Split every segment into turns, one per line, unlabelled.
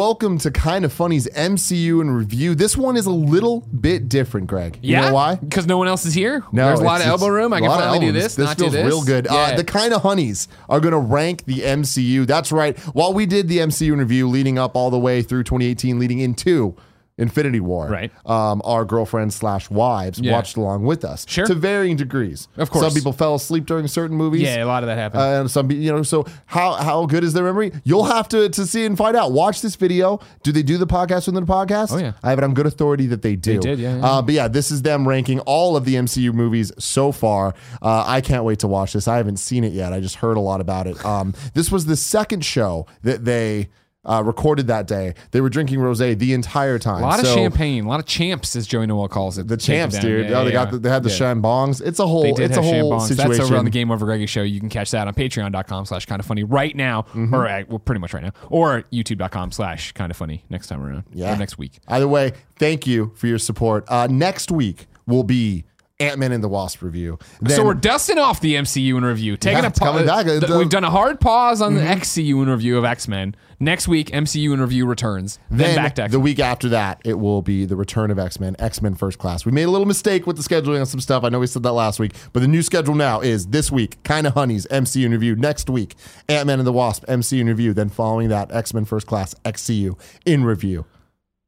Welcome to Kind of Funny's MCU and review. This one is a little bit different, Greg. You know why?
Because no one else is here.
No,
There's a lot of
it's- it's
elbow room. I
a
can
lot of
finally do
elbows.
this.
This
not
feels
do this.
real good.
Yeah.
Uh, the kind of honeys are going to rank the MCU. That's right. While we did the MCU in review leading up all the way through 2018, leading into Infinity War,
Right.
Um, our girlfriends slash wives
Yeah.
watched along with us,
Sure.
to varying degrees.
Of course.
some people fell asleep during certain movies.
yeah, a lot of that happened.
Uh, and some, be- you know, so how how good is their memory? You'll have to to see and find out. Watch this video. Do they do the podcast within the podcast?
Oh, yeah.
I have it on good authority that they do.
did, yeah, yeah.
Uh, but yeah, this is them ranking all of the MCU movies so far. Uh, I can't wait to watch this. I haven't seen it yet. I just heard a lot about it. Um, this was the second show that they. Uh, recorded that day, they were drinking rosé the entire time.
a lot of
So
champagne. A lot of champs, as Joey Noel calls it.
The champs, dude.
Yeah,
oh, they
yeah.
got the, they had the
Yeah.
shambongs. It's a whole.
They did
it's
have
a whole
Shambons.
situation.
That's over on the Game Over Greggy show. You can catch that on patreon.com slash kind of funny right now,
Mm-hmm.
or uh, well, pretty much right now, or youtube.com slash kind of funny next time around.
Yeah.
Or next week.
Either way, thank you for your support. Uh, next week will be Ant Man and the Wasp review. Then
so we're dusting off the MCU in review, taking
Yeah,
a
it's coming
pause.
back. It's, Mm-hmm. uh,
we've done a hard pause on the XCU in review of X Men. Next week, MCU in review returns. Then,
then
back to X
the week after that, it will be the return of X Men, X Men First Class. We made a little mistake with the scheduling on some stuff. I know we said that last week, but the new schedule now is this week, Kinda Honeys, MCU interview. Next week, Ant Man and the Wasp, MCU interview. Then following that, X Men First Class, XCU in review.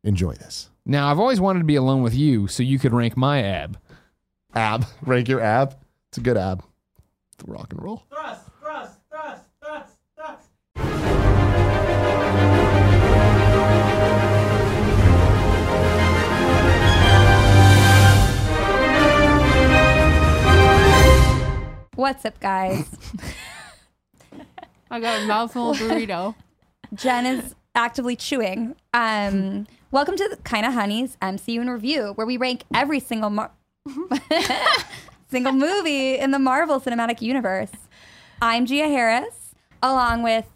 Enjoy this.
Now, I've always wanted to be alone with you so you could rank my ab.
Ab, rank your ab. It's a good ab. It's rock and roll.
thrust, thrust, thrust, thrust, thrust.
What's up, guys?
I got a mouthful of burrito.
Jen is actively chewing. Um, welcome to the Kinda Honey's MCU in Review, where we rank every single mar- single movie in the Marvel Cinematic Universe. I'm Gia Harris, along with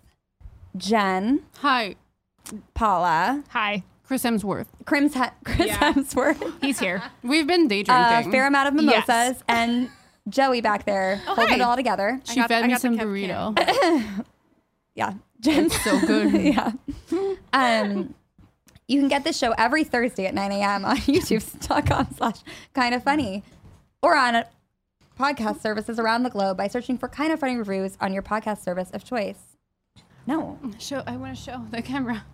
Jen,
Hi,
Paula,
Hi,
Chris Hemsworth.
Crims he- Chris
Yeah.
Hemsworth,
he's here.
We've been day
a
drinking.
fair amount of mimosas,
Yes. Oh,
and Joey back there holding
hi.
it all together.
she
got-
fed
I
me
got the
some
cap
burrito.
Yeah, Jen.
so good.
yeah. Um, you can get this show every Thursday at 9 a.m. on youtube.com slash kind of funny or on podcast services around the globe by searching for kind of funny reviews on your podcast service of choice. No.
Show. I want to show the camera.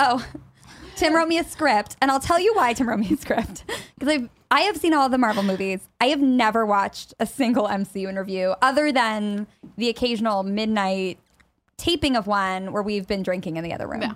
Oh, Tim wrote me a script, and I'll tell you why Tim wrote me a script. Because I've I have seen all the Marvel movies. I have never watched a single MCU interview other than the occasional midnight taping of one where we've been drinking in the other room.
Yeah.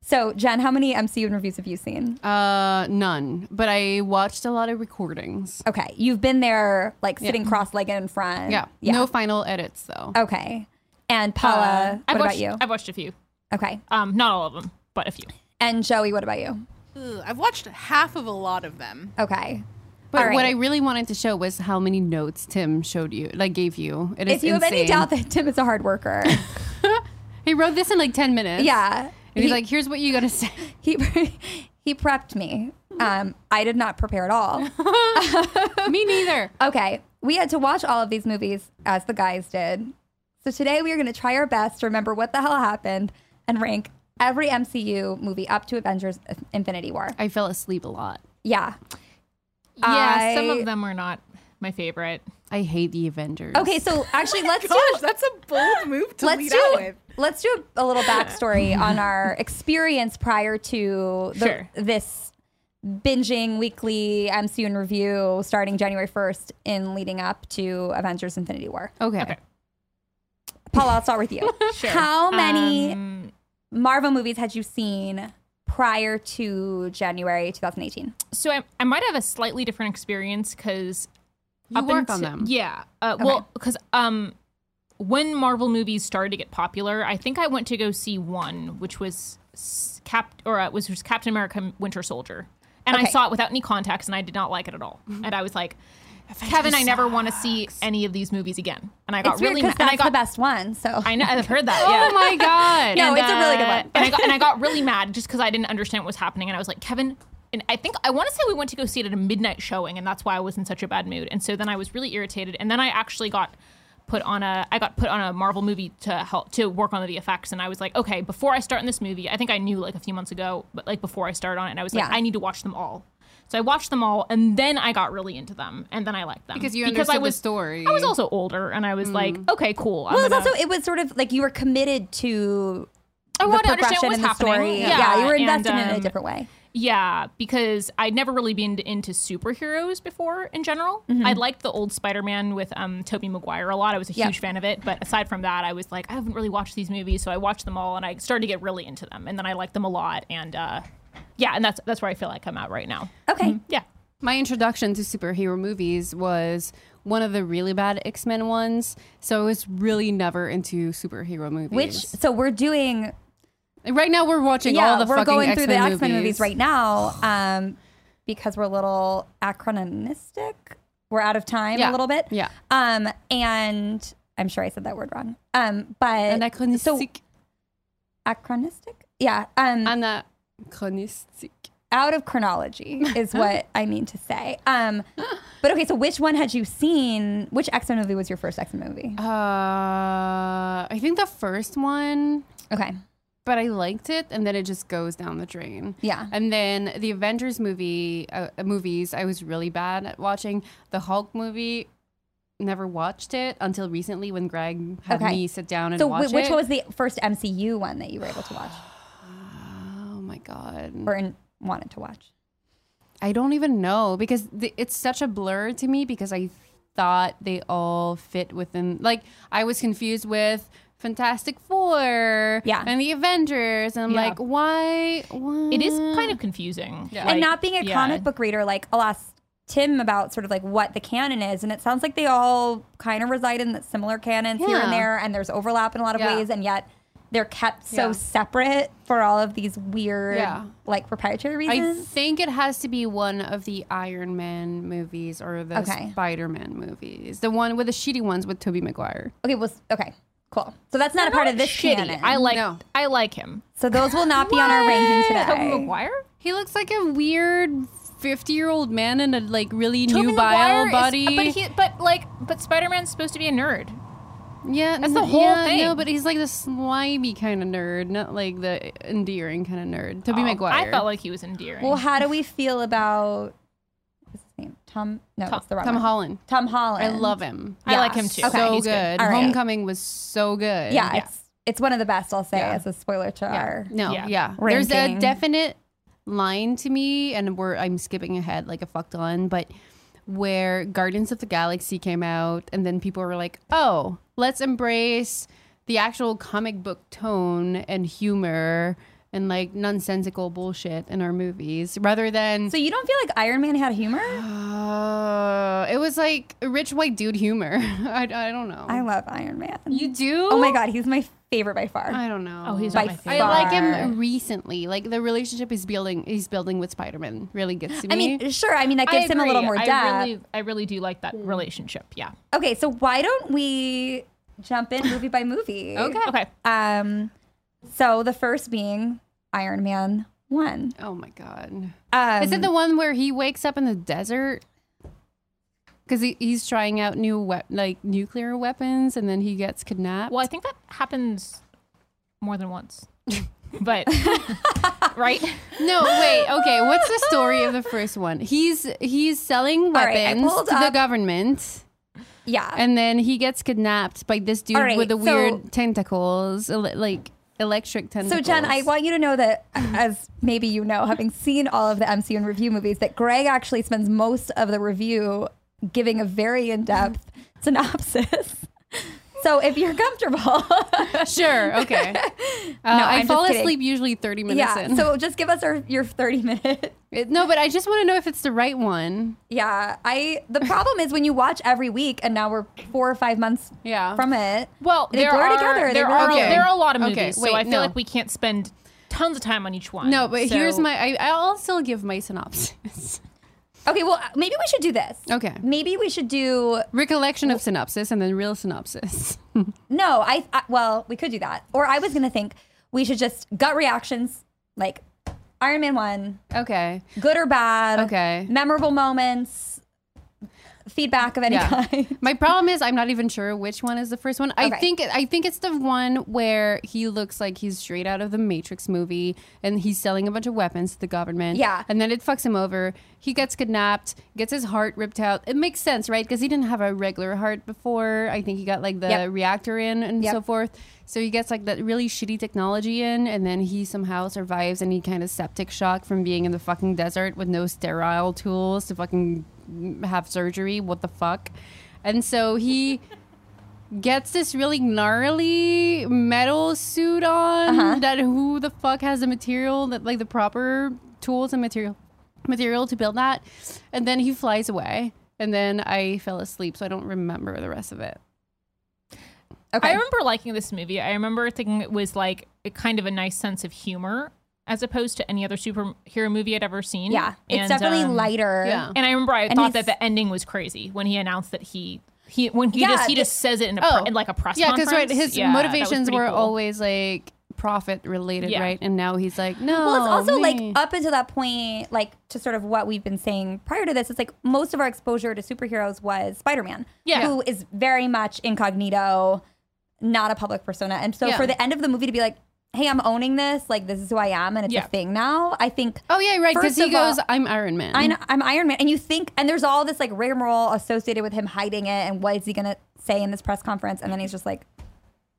So, Jen, how many MCU interviews have you seen?
Uh, none. But I watched a lot of recordings.
Okay, you've been there, like sitting cross-legged in front.
Yeah.
yeah. Uh,
No Uh, final edits though.
okay, and Paula,
I've
what about
watched,
you?
I've watched a few.
okay,
Um, not all of them, but a few.
and Joey, what about you?
Ugh, I've watched half of a lot of them.
Okay,
But
all
what I
right.
really wanted to show was how many notes Tim showed you, like gave you. It is
if you have any
insane.
doubt that Tim is a hard worker,
he wrote this in like ten minutes.
yeah,
And he's
He-
like, "Here's what you gotta say."
he he prepped me. Um, I did not prepare at all.
me neither.
Okay, we had to watch all of these movies as the guys did. So today we are going to try our best to remember what the hell happened and rank every MCU movie up to Avengers: Infinity War.
I fell asleep a lot.
Yeah.
Yeah, some
I-
of them were not my favorite.
I hate the Avengers.
Okay, so actually let's do
Gosh, that's a bold move to
let's
lead
do
out with.
let's do a little backstory on our experience prior to the,
Sure.
this binging weekly MCU in review starting January first in leading up to Avengers: Infinity War.
Okay.
Okay.
Paula, I'll start with you.
Sure.
How many
Um,
Marvel movies had you seen prior to January 2018?
so I, I might have a slightly different experience because
You work on
Mm.
them.
Yeah. Uh, Well, because um, when Marvel movies started to get popular, I think I went to go see one, which was s- Cap or uh, was was Captain America: Winter Soldier, and I
Okay. Mm-hmm.
saw it without any context, and I did not like it at all, and I was like. Kevin, I never want to see any of these movies again, and I got
It's weird
really
because
mad. And
that's
I
the
got,
best one. So
I know, I've heard that. Yeah.
Oh my god.
No, it's a really good
uh,
one.
and, I got, and I got really mad just because I didn't understand what was happening. And I was like, Kevin, and I think I want to say we went to go see it at a midnight showing, and that's why I was in such a bad mood. And so then I was really irritated. And then I actually got put on a I got put on a Marvel movie to help to work on the VFX, and I was like, okay, before I start in this movie, I think I knew like a few months ago, but like before I started on it, and I was like,
Yeah.
I need to watch them all. So I watched them all, and then I got really into them, and then I liked them
Because you
I
understood the
was,
story. Mm.
I was also older, and I was like, okay, cool. I'm
Well, it's
gonna-
also it was sort of like you were committed to
uh, I
the
wanted to understand
progression
what was
and the
happening.
story.
Yeah,
you were
and,
invested in it a
um,
different way.
Yeah, because I'd never really been into superheroes before in general.
Mm-hmm.
I liked the old Spider-Man with um, Tobey Maguire a lot. I was a huge
Yeah.
fan of it, but aside from that, I was like, I haven't really watched these movies, so I watched them all, and I started to get really into them, and then I liked them a lot, and uh, yeah, and that's that's where I feel like I'm at right now.
Okay,
Mm-hmm.
Yeah,
My introduction to superhero movies was one of the really bad X Men ones, so I was really never into superhero movies.
which so we're doing.
right now we're watching
Yeah,
all the
we're
fucking
going
X-Men
through the
movies.
X Men movies right now um, because we're a little anachronistic. We're out of time
Yeah.
a little bit.
Yeah.
Um, and I'm sure I said that word wrong. Um, but So
Anachronistic.
anachronistic. Yeah. Um,
Anachronistic.
out of chronology is what I mean to say. Um, but okay, so which one had you seen? Which X Men movie was your first X Men movie?
Uh, I think the first one,
Okay,
but I liked it, and then it just goes down the drain.
yeah,
And then the Avengers movie uh, movies, I was really bad at watching. The Hulk movie, never watched it until recently when Greg had
Okay.
me sit down and
So
watch
wh- which
it.
one was the first MCU one that you were able to watch
Oh my god,
or in- wanted to watch?
I don't even know because the, it's such a blur to me because I thought they all fit within. Like I was confused with. Fantastic Four,
Yeah.
and the Avengers, and I'm
Yeah.
like, why, why?
it is kind of confusing, yeah.
Mm. and not being a comic book reader, like I'll ask Tim about sort of like what the canon is, and it sounds like they all kind of reside in the similar canons here
Yeah.
and there, and there's overlap in a lot of
Yeah.
ways, and yet they're kept so
Yeah.
separate for all of these weird,
Yeah.
like proprietary
I
reasons.
think it has to be one of the Iron Man movies or the
Okay.
Spider Man movies. The one with the shitty ones with Tobey Maguire.
okay, well, s- okay, cool. So that's not a part of this
shitty.
canon.
I like
No.
I like him.
so those will not be on our ranking
Tobey
today.
Maguire.
He looks like a weird 50 year old man in a like really
Tobey
nubile
Maguire is-
body.
but he but like but Spider-Man's supposed to be a nerd.
yeah,
that's the whole
yeah, No,
thing.
but he's like the slimy kind of nerd, not like the endearing kind of nerd. Tobey
Oh,
Maguire.
I felt like he was endearing.
Well, how do we feel about what's his name? Tom? No,
Tom-
it's the wrong
Tom
one.
Holland.
Tom Holland.
I love him.
I like him too.
Okay.
So
he's
good.
good.
All right.
Homecoming was so good.
Yeah, it's it's one of the best. I'll say
Yeah.
as a spoiler to our.
No, yeah.
Yeah.
There's a
Ranking.
definite line to me, and where I'm skipping ahead like a fucked on, but where Guardians of the Galaxy came out, and then people were like, oh, let's embrace the actual comic book tone and humor and like nonsensical bullshit in our movies rather than.
So you don't feel like Iron Man had humor?
uh, it was like rich white dude humor. I, I don't know.
I love Iron Man.
you do?
oh my god, he's my favorite by far.
I don't know.
Oh, he's
by
not my
far.
favorite.
I like
Far.
him recently. Like the relationship he's building, he's building with Spider Man, really gets to me.
I mean, sure. I mean, that gives him a little more
agree.
depth.
I really, I really do like
Hmm.
that relationship. Yeah.
okay, so why don't we jump in movie by movie?
Okay.
Um, so the first being Iron Man one.
oh my god,
Um,
is it the one where he wakes up in the desert? Because he, he's trying out new wep- like nuclear weapons, and then he gets kidnapped.
Well, I think that happens more than once. but right?
No, wait. Okay, what's the story of the first one? He's he's selling
right, I
weapons
pulled
to the
up-
government,
yeah?
and then he gets kidnapped by this dude
All right,
with the
so-
weird tentacles, ele- like electric
So
Oh
tentacles.
Jen, I want you to know that, as maybe you know, having seen all of the MCU and review movies, that Greg actually spends most of the review giving a very in-depth synopsis. So if you're comfortable,
Sure. Okay. Uh, I
I'm
fall
just kidding.
asleep usually 30 minutes
yeah.
in.
So just give us our, your 30 minute.
It- no, but I just want to know if it's the right one.
Yeah, I. The problem is when you watch every week, and now we're four or five months
Yeah.
from it.
Oh. Well,
They
there
blur
are
together, they
there
really
are
do.
there are a lot of
Okay,
movies,
wait,
so I feel
no.
like we can't spend tons of time on each one.
No, but
So-
here's my. I, I'll still give my synopsis.
Okay, well maybe we should do this.
Okay.
Maybe we should do
Recollection of synopsis and then real synopsis.
No, I, I well, we could do that. Or I was gonna think we should just gut reactions, like Iron Man one,
okay.
good or bad,
Okay.
memorable moments, feedback of any
Yeah.
kind.
My problem is I'm not even sure which one is the first one. I
Okay.
think I think it's the one where he looks like he's straight out of the Matrix movie and he's selling a bunch of weapons to the government.
Yeah.
And then it fucks him over. He gets kidnapped, gets his heart ripped out. It makes sense, right? Because he didn't have a regular heart before. I think he got like the
Yep.
reactor in and
Yep.
so forth. So he gets like that really shitty technology in and then he somehow survives any kind of septic shock from being in the fucking desert with no sterile tools to fucking mm, have surgery. What the fuck? And so he gets this really gnarly metal suit on
Uh-huh.
that who the fuck has the material that like the proper tools and material material to build that and then he flies away and then i fell asleep so i don't remember the rest of it
Okay.
I remember liking this movie. I remember thinking it was like a kind of a nice sense of humor as opposed to any other superhero movie I'd ever seen.
yeah. It's
And,
definitely
um,
lighter.
yeah.
And I remember I
And
thought
he's-
that the ending was crazy when he announced that he he when he
Yeah,
just he
the-
just says it in a pre-
Oh.
in like a press
yeah
conference.
because right his
Yeah, that was
motivations
pretty
were
cool.
always like profit related
Yeah.
right and now he's like no
Well, it's
Oh,
also
me."
like up until that point, like to sort of what we've been saying prior to this, it's like most of our exposure to superheroes was Spider Man,
Yeah.
who is very much incognito, not a public persona. And so
Yeah.
for the end of the movie to be like, hey, I'm owning this, like this is who I am, and it's
Yeah.
a thing now, I think.
oh yeah right because
First
he
of all-
goes i'm iron man
Oh, mm-hmm.
I know, I'm Iron Man, and you think, and there's all this like rigmarole associated with him hiding it, and what is he gonna say in this press conference? And then he's just like,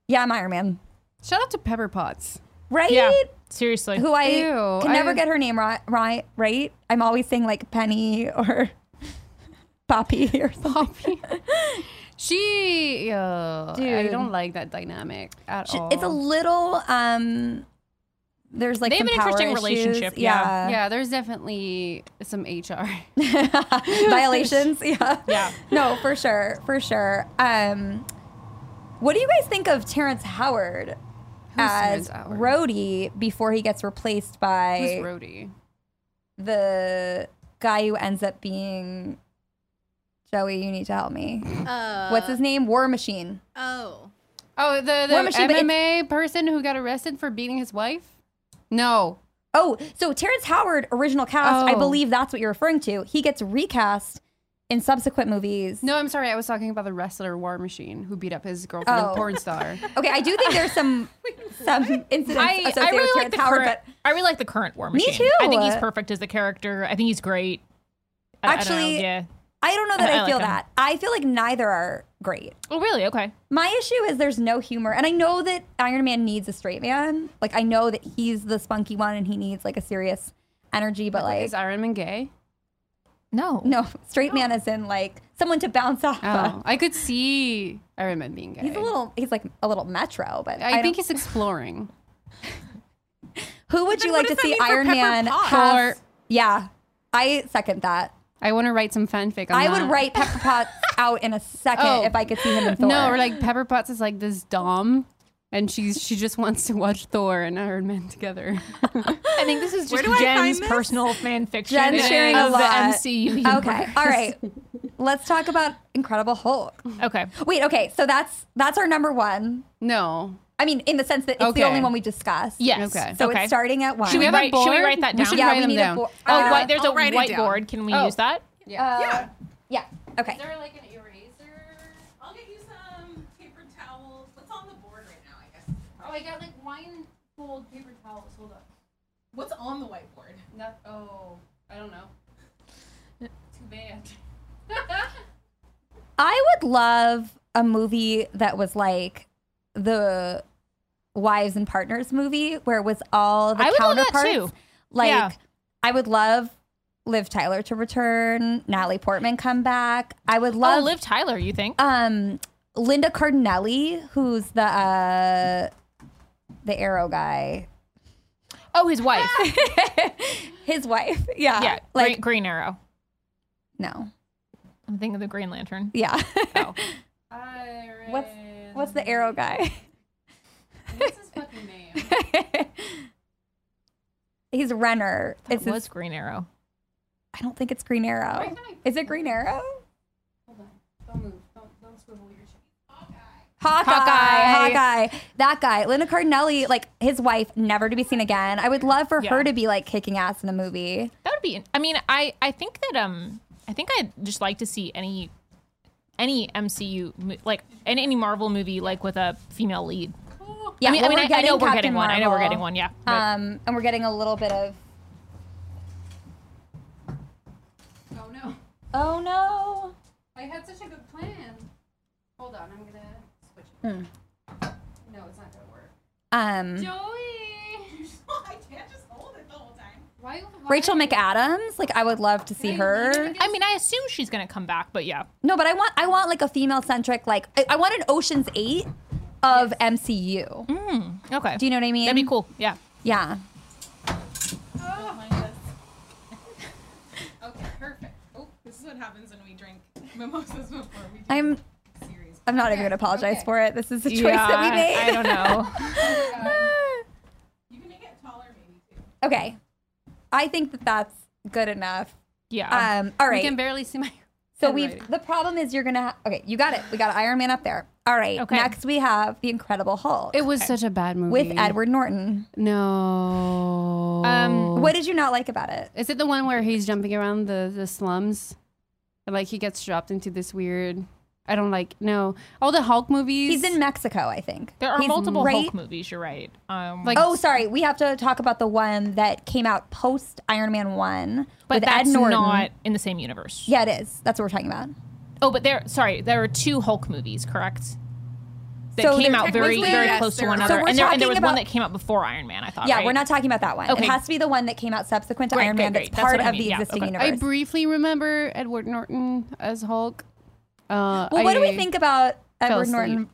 "Yeah, I'm Iron Man,"
shout out to pepper pots
right?
Yeah, seriously.
Who I
Ew,
can never
I-
get her name right, right, right? I'm always saying like Penny or Poppy or something.
Poppy. she, uh, I
Dude.
don't like that dynamic at
She-
all.
It's a little um. There's like
They have
some
an
power
interesting
issues.
relationship,
uh,
yeah. There's definitely some HR.
violations. Yeah.
Yeah.
No, for sure, for sure. Um, what do you guys think of Terrence Howard as
Terrence Howard?
Rhodey before he gets replaced
Who's
by
Rhodey?
the guy who ends up being Joey? You need to help me.
Uh,
What's his name? War Machine.
Oh,
Oh, the,
War
the
Machine, but it's-
MMA person who got arrested for beating his wife. No,
Oh, so Terrence Howard original cast. I
Oh.
believe that's what you're referring to. He gets recast in subsequent movies.
no, I'm sorry. I was talking about the wrestler War Machine who beat up his girlfriend,
Oh.
a porn star.
Okay, I do think there's some some incidents
I, I
associated with
really like
Terrence
the
Howard,
current. I really like the current War Machine.
too.
I think he's perfect as the character. I think he's great. I- I don't know,
Actually-
yeah.
but I don't know that
I- I
I,
like
feel
him.
that. I feel like neither are great.
Oh, really? Okay.
My issue is there's no humor, and I know that Iron Man needs a straight man. Like I know that he's the spunky one, and he needs like a serious energy, but like
Is Iron Man gay?
No.
no straight man is in like someone to bounce off.
Oh,
of.
I could see Iron Man being gay.
He's a little. He's like a little metro, but
I,
I,
think
don't-
he's exploring.
Who would
Then
you
what
like to
does that
see
mean for
Iron
Pepper
Man
Potts?
have?
For-
Yeah, I second that.
I want to write some fanfic. On
I
that.
would write Pepper Potts out in a second
Oh.
if I could see him in Thor.
No, we're like Pepper Potts is like this dom, and she's she just wants to watch Thor and Iron Man together.
I think this is
Where
just
do I
Jen's
find this?
personal fan fiction
Jen sharing a
of the
lot.
MCU. universe.
Okay, all right. Let's talk about Incredible Hulk.
Okay.
Wait, okay, so that's that's our number one.
no,
I mean, in the sense that it's
Okay.
the only one we discussed.
Yes.
Okay.
So
okay.
it's starting at one.
Should we have
Write-
a board?
should we write that
that
down?
down?
should
yeah,
write
we
them
need
down.
a board.
oh,
uh,
what? There's
I'll
a
write it down.
whiteboard. Can we
Oh.
use
uh,
that?
yeah.
yeah. Okay.
there like an eraser?
I'll get you some paper towels. What's on the board right now? I guess.
Oh, I got like wine fold paper towels. Hold up.
What's on the whiteboard?
Not, oh, I don't know. Too bad.
I would love a movie that was like the wives and partners movie where it was all the
I would love that
counterparts.
too.
Like
Yeah.
I would love Liv Tyler to return, Natalie Portman come back. I would love
oh, Liv Tyler, you think?
um Linda Cardinelli, who's the uh the arrow guy.
oh, his wife.
His wife. Yeah.
yeah.
Ah. Like
Green, Green Arrow.
no.
I'm thinking of the Green Lantern.
Yeah.
Oh.
what's what's the arrow guy?
What's his fucking name?
He's Renner.
It
It's his
was Green Arrow.
I don't think it's Green Arrow. Is it Green Arrow?
Don't move. Don't, don't swivel your chair.
Hawkeye,
Hawkeye.
Hawkeye, that guy, Linda Cardinelli, like his wife, never to be seen again. I would love for
Yeah.
her to be like kicking ass in the movie.
That would be. I mean, I I think that um I think I'd just like to see any any MCU mo- like in any Marvel movie like with a female lead.
Yeah,
I mean,
well,
I, mean
we're
I- I
getting
know we're
Captain
getting one. I know we're
Marvel.
getting one. Yeah. But
Um, and we're getting a little bit of.
Oh no.
Oh no!
I had such a good plan. Hold on, I'm gonna switch it.
Hmm.
No, it's not gonna work.
Um,
Joey!
I can't just hold it the whole time.
Why, why
Rachel McAdams, like I would love to see her.
I mean, I assume she's gonna come back, but yeah.
No, but I want I want like a female centric like I, I want an Ocean's Eight of MCU.
Okay.
Do you know what I mean?
That'd be cool. Yeah.
Yeah.
Okay, perfect. Oh, this is what happens when we drink mimosas before we do
I'm
series.
I'm not even gonna apologize
okay.
for it. This is the choice that we made.
I don't know.
Um, You can make it taller, maybe too.
okay. I think that that's good enough.
Yeah.
Um, all
You
right.
can barely see my.
so we've
handwriting.
the problem is you're gonna ha- okay. You got it. We got Iron Man up there. All right.
Okay.
Next we have the Incredible Hulk
It was such a bad movie.
with Edward Norton.
No.
Um,
What did you not like about it?
Is it the one where he's jumping around the, the slums? And, Like he gets dropped into this weird. I don't like. No. All the Hulk movies.
He's in Mexico, I think.
there are
He's
multiple
right-
Hulk movies. You're right. Um,
Like-
Oh, sorry. We have to talk about the one that came out post Iron Man One
but
with
that's
Ed Norton.
not in the same universe.
yeah, it is. That's what we're talking about.
Oh, but there. Sorry, there were two Hulk movies, correct? That
So
came
there-
out very,
technically,
very
yes,
close to
there
one
are.
another,
So we're
and there, and there was
talking
one
about-
that came out before Iron Man. I thought.
Yeah,
right?
we're not talking about that one.
Okay.
It has to be the one that came out subsequent to
Great,
Iron
great,
Man.
great.
That's
That's
part
what I
of the
mean. Yeah,
existing
okay. I
I
universe.
briefly remember Edward Norton as Hulk. Uh,
well, what do
I-
we think about Edward
asleep.
Norton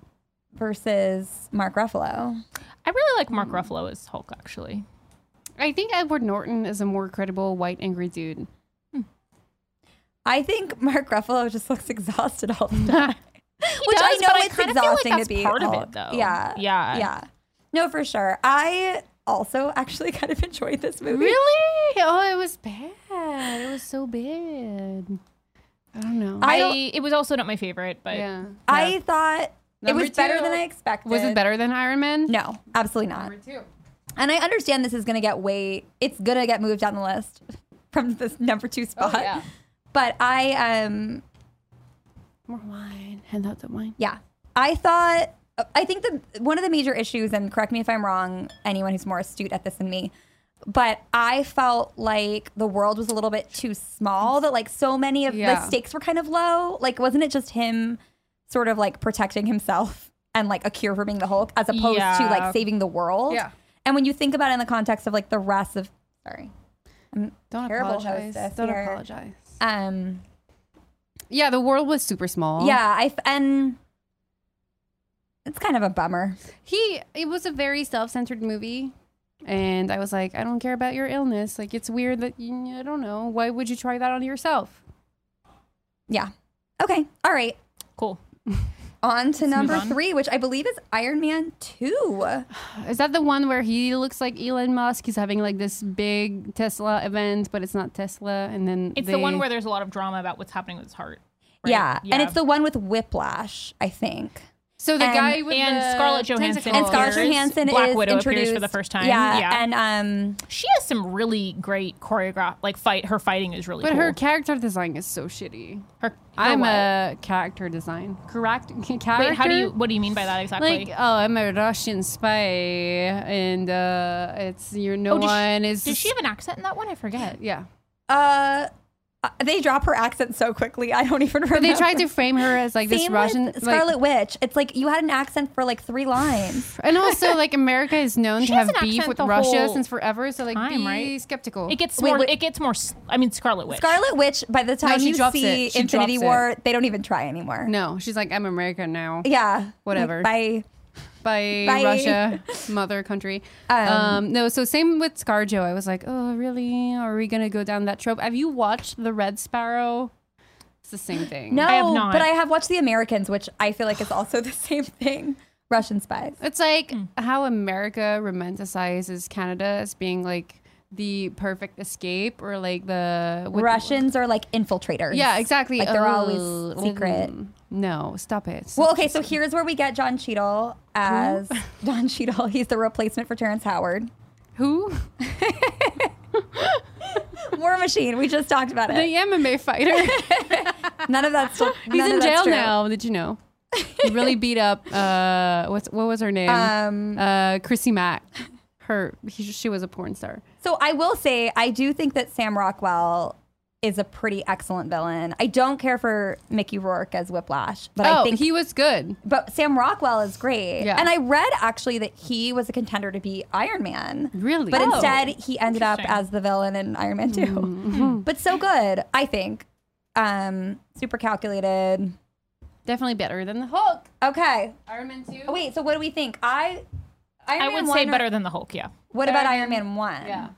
versus Mark Ruffalo?
I really like Mark Ruffalo as Hulk. Actually,
I think Edward Norton is a more credible white angry dude.
I think Mark Ruffalo just looks exhausted all the time. Which
does,
I know
but I
it's
kinda feel like
exhausting
that's
to be
part of it,
Hulk.
though.
Yeah,
Yeah.
yeah. No, for sure. I also actually kind of enjoyed this movie.
Really? Oh, it was bad. It was so bad. I don't know.
I
I,
don't-
it was also not my favorite, but
yeah.
I thought
Number
it was better
two.
than I expected.
Was it better than Iron Man?
No, absolutely not.
two.
And I understand this is going to get way, it's going to get moved down the list from this number two spot.
Oh,
yeah.
But I, um,
More wine. Hand out the wine.
yeah, I thought, I think the one of the major issues, and correct me if I'm wrong, anyone who's more astute at this than me, but I felt like the world was a little bit too small. That like so many of
Yeah.
the stakes were kind of low. Like wasn't it just him, sort of like protecting himself and like a cure for being the Hulk, as opposed to
Yeah.
like saving the world?
Yeah.
And when you think about it in the context of like the rest of, sorry,
Don't
Terrible
apologize.
hostess
Don't
here.
apologize.
um,
Yeah, the world was super small.
Yeah, I f- and it's kind of a bummer.
He it was a very self-centered movie. And I was like, I don't care about your illness. Like it's weird that you, I don't know. Why would you try that on yourself?
Yeah. Okay. All right.
cool.
On to number
on.
three, which I believe is Iron Man Two.
Is that the one where he looks like Elon Musk? He's having like this big Tesla event, but it's not Tesla. And then
It's the
they-
one where there's a lot of drama about what's happening with his heart. right?
Yeah. and it's the one with Whiplash, I think.
so the
and-
guy with
and
the
Oh, Scarlett Johansson
tentacles.
And Scarlett
appears.
Johansson
Black
is
Widow appears for
introduced
the first time.
Yeah,
Yeah.
and um,
she has some really great choreograph. Like fight, her fighting is really.
But
cool.
her character design is so shitty.
her, her
I'm
what?
a character design. Correct character.
Wait, how do you? What do you mean by that exactly?
like? Oh, I'm a Russian spy, and uh, it's your no
Oh, does she-
one is.
Does she have an accent in that one? I forget.
yeah,
uh, they drop her accent so quickly. I don't even remember.
but they tried to frame her as like this
Same
Russian
with
like-
Scarlet Witch. It's like you had an accent for like three lines.
and also like America is known
She
to
has
have
an
beef
accent
with
the
Russia
whole
since forever. So like,
time,
be
right?
skeptical.
It gets
Wait,
more.
wait.
It gets more. s- I mean, Scarlet Witch.
Scarlet Witch. By the time
she
you
drops
see
it. She
Infinity
drops it.
War, they don't even try anymore.
no, she's like I'm American now.
Yeah.
Whatever.
Like, bye.
by
Bye.
Russia, mother country.
Um,
Um, no, so same with ScarJo. I was like, oh, really? Are we gonna go down that trope? Have you watched The Red Sparrow? It's the same thing.
No,
I have not.
but I have watched The Americans, which I feel like is also the same thing. Russian spies.
It's like how America romanticizes Canada as being like the perfect escape or like the what-
Russians are like infiltrators.
Yeah, exactly.
Like they're
Oh,
always secret.
mm. No, stop it.
Well, okay, so here's where we get John Cheadle as John Cheadle. He's the replacement for Terrence Howard.
Who?
War Machine. We just talked about
The
it.
MMA fighter.
None of that's still.
He's in jail now. Did you know? He really beat up. Uh, what's what was her name?
Um,
uh, Chrissy Mack. Her he, she was a porn star.
So I will say, I do think that Sam Rockwell is a pretty excellent villain. I don't care for Mickey Rourke as Whiplash, but
oh,
I think
he was good.
But Sam Rockwell is great.
Yeah.
And I read actually that he was a contender to be Iron Man.
Really?
But
Oh.
instead, he ended up
Interesting. Mm-hmm.
as the villain in Iron Man 2. But so good, I think. Um, super calculated.
Definitely better than the Hulk.
Okay.
Iron Man Two.
Oh, Wait, so what do we think? I. Iron
I
Man
would
1
say
or-
better than the Hulk. Yeah,
What about Iron Man 1?
Yeah.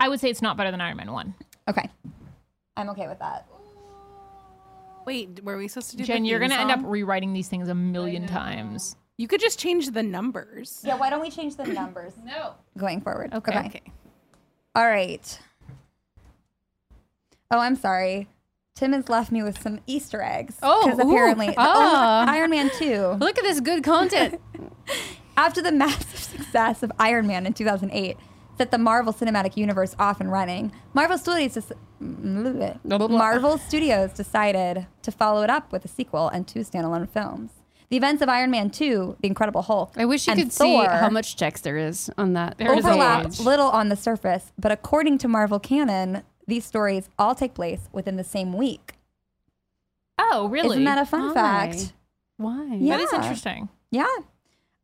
I would say it's not better than Iron Man one.
Okay. I'm okay with that.
Wait, were we supposed to do?
Jen,
the
you're
theme
gonna end up
song?
rewriting these things a million times.
You could just change the numbers.
Yeah, why don't we change the numbers
No.
going forward?
Okay.
Okay.
All right. Oh, I'm sorry. Tim has left me with some Easter eggs.
Oh,
because
ooh.
apparently the
Ah.
old Iron Man 2.
Look at this good content.
After the massive success of Iron Man in 2008, set the Marvel Cinematic Universe off and running. Marvel Studios, dec- Marvel Studios decided to follow it up with a sequel and two standalone films. The events of Iron Man 2, The Incredible Hulk,
I wish you
and
could
Thor
see how much checks there is on that.
There is a
overlap
lot.
little on the surface, but according to Marvel canon, these stories all take place within the same week.
Oh, really?
Isn't that a fun
Why?
fact?
Why?
Yeah.
That is interesting.
Yeah.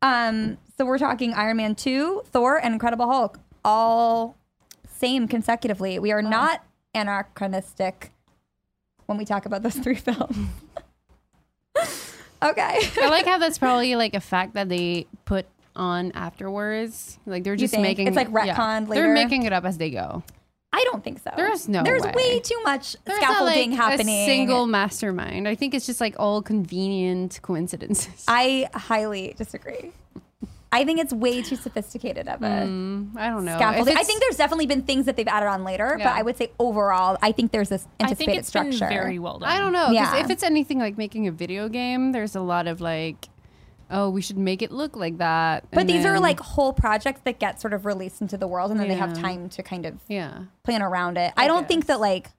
Um, so we're talking Iron Man 2, Thor, and Incredible Hulk, all same consecutively. We are not anachronistic when we talk about those three films. okay.
I like how that's probably like a fact that they put on afterwards. Like they're
You
just
think?
making
It's like retconned later?
They're making it up as they go.
I don't think so.
There is no
There's
way.
too much
There's not,
scaffolding
like,
happening.
A single mastermind. I think it's just like all convenient coincidences. I,
I highly disagree. I think it's way too sophisticated of a
Mm.
don't know. If
scaffolding. I
it's-
think there's definitely been things that they've added on later,
Yeah.
but I would say overall, I think there's this
I think
anticipated
it's
structure.
been very well done.
I don't know. 'cause
Yeah.
If it's anything like making a video game, there's a lot of like, oh, we should make it look like that.
but
and
these are
then-
like whole projects that get sort of released into the world, and then they have
Yeah.
time to kind of
yeah.
plan around it. I, don't think that like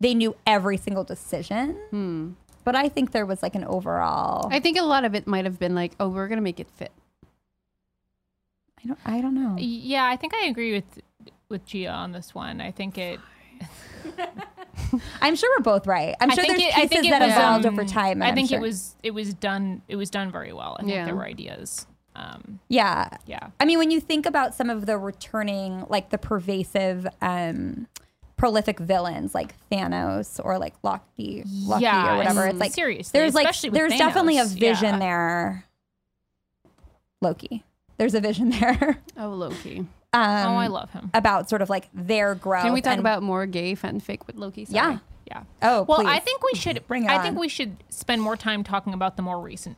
they knew every single decision, but I think there was like an overall. I,
Hmm. I think a lot of it might have been like, oh, we're gonna make it fit.
don't. I don't know.
Yeah, I think I agree with with Gia on this one. I think it.
I'm sure we're both right. I'm
I
sure
think
there's
it,
pieces
I think it
that
was,
evolved
um,
over time. and
I
I'm
think
sure-
it was it was done it was done very well. I think
Yeah.
there were ideas. Um,
Yeah,
yeah.
I mean, when you think about some of the returning, like the pervasive, um, prolific villains like Thanos or like Loki, Loki
Yeah,
or whatever, it's like
seriously,
there's like
especially with
there's definitely a
Thanos,
vision
yeah.
there. Loki, there's a vision there.
Oh, Loki.
Um,
oh, I love him.
about sort of like their growth.
Can we talk
Oh, and-
about more gay fanfic with Loki? Sorry.
yeah?
Yeah.
Oh,
Well,
please.
I think we should
Bring it
I
on.
think we should spend more time talking about the more recent,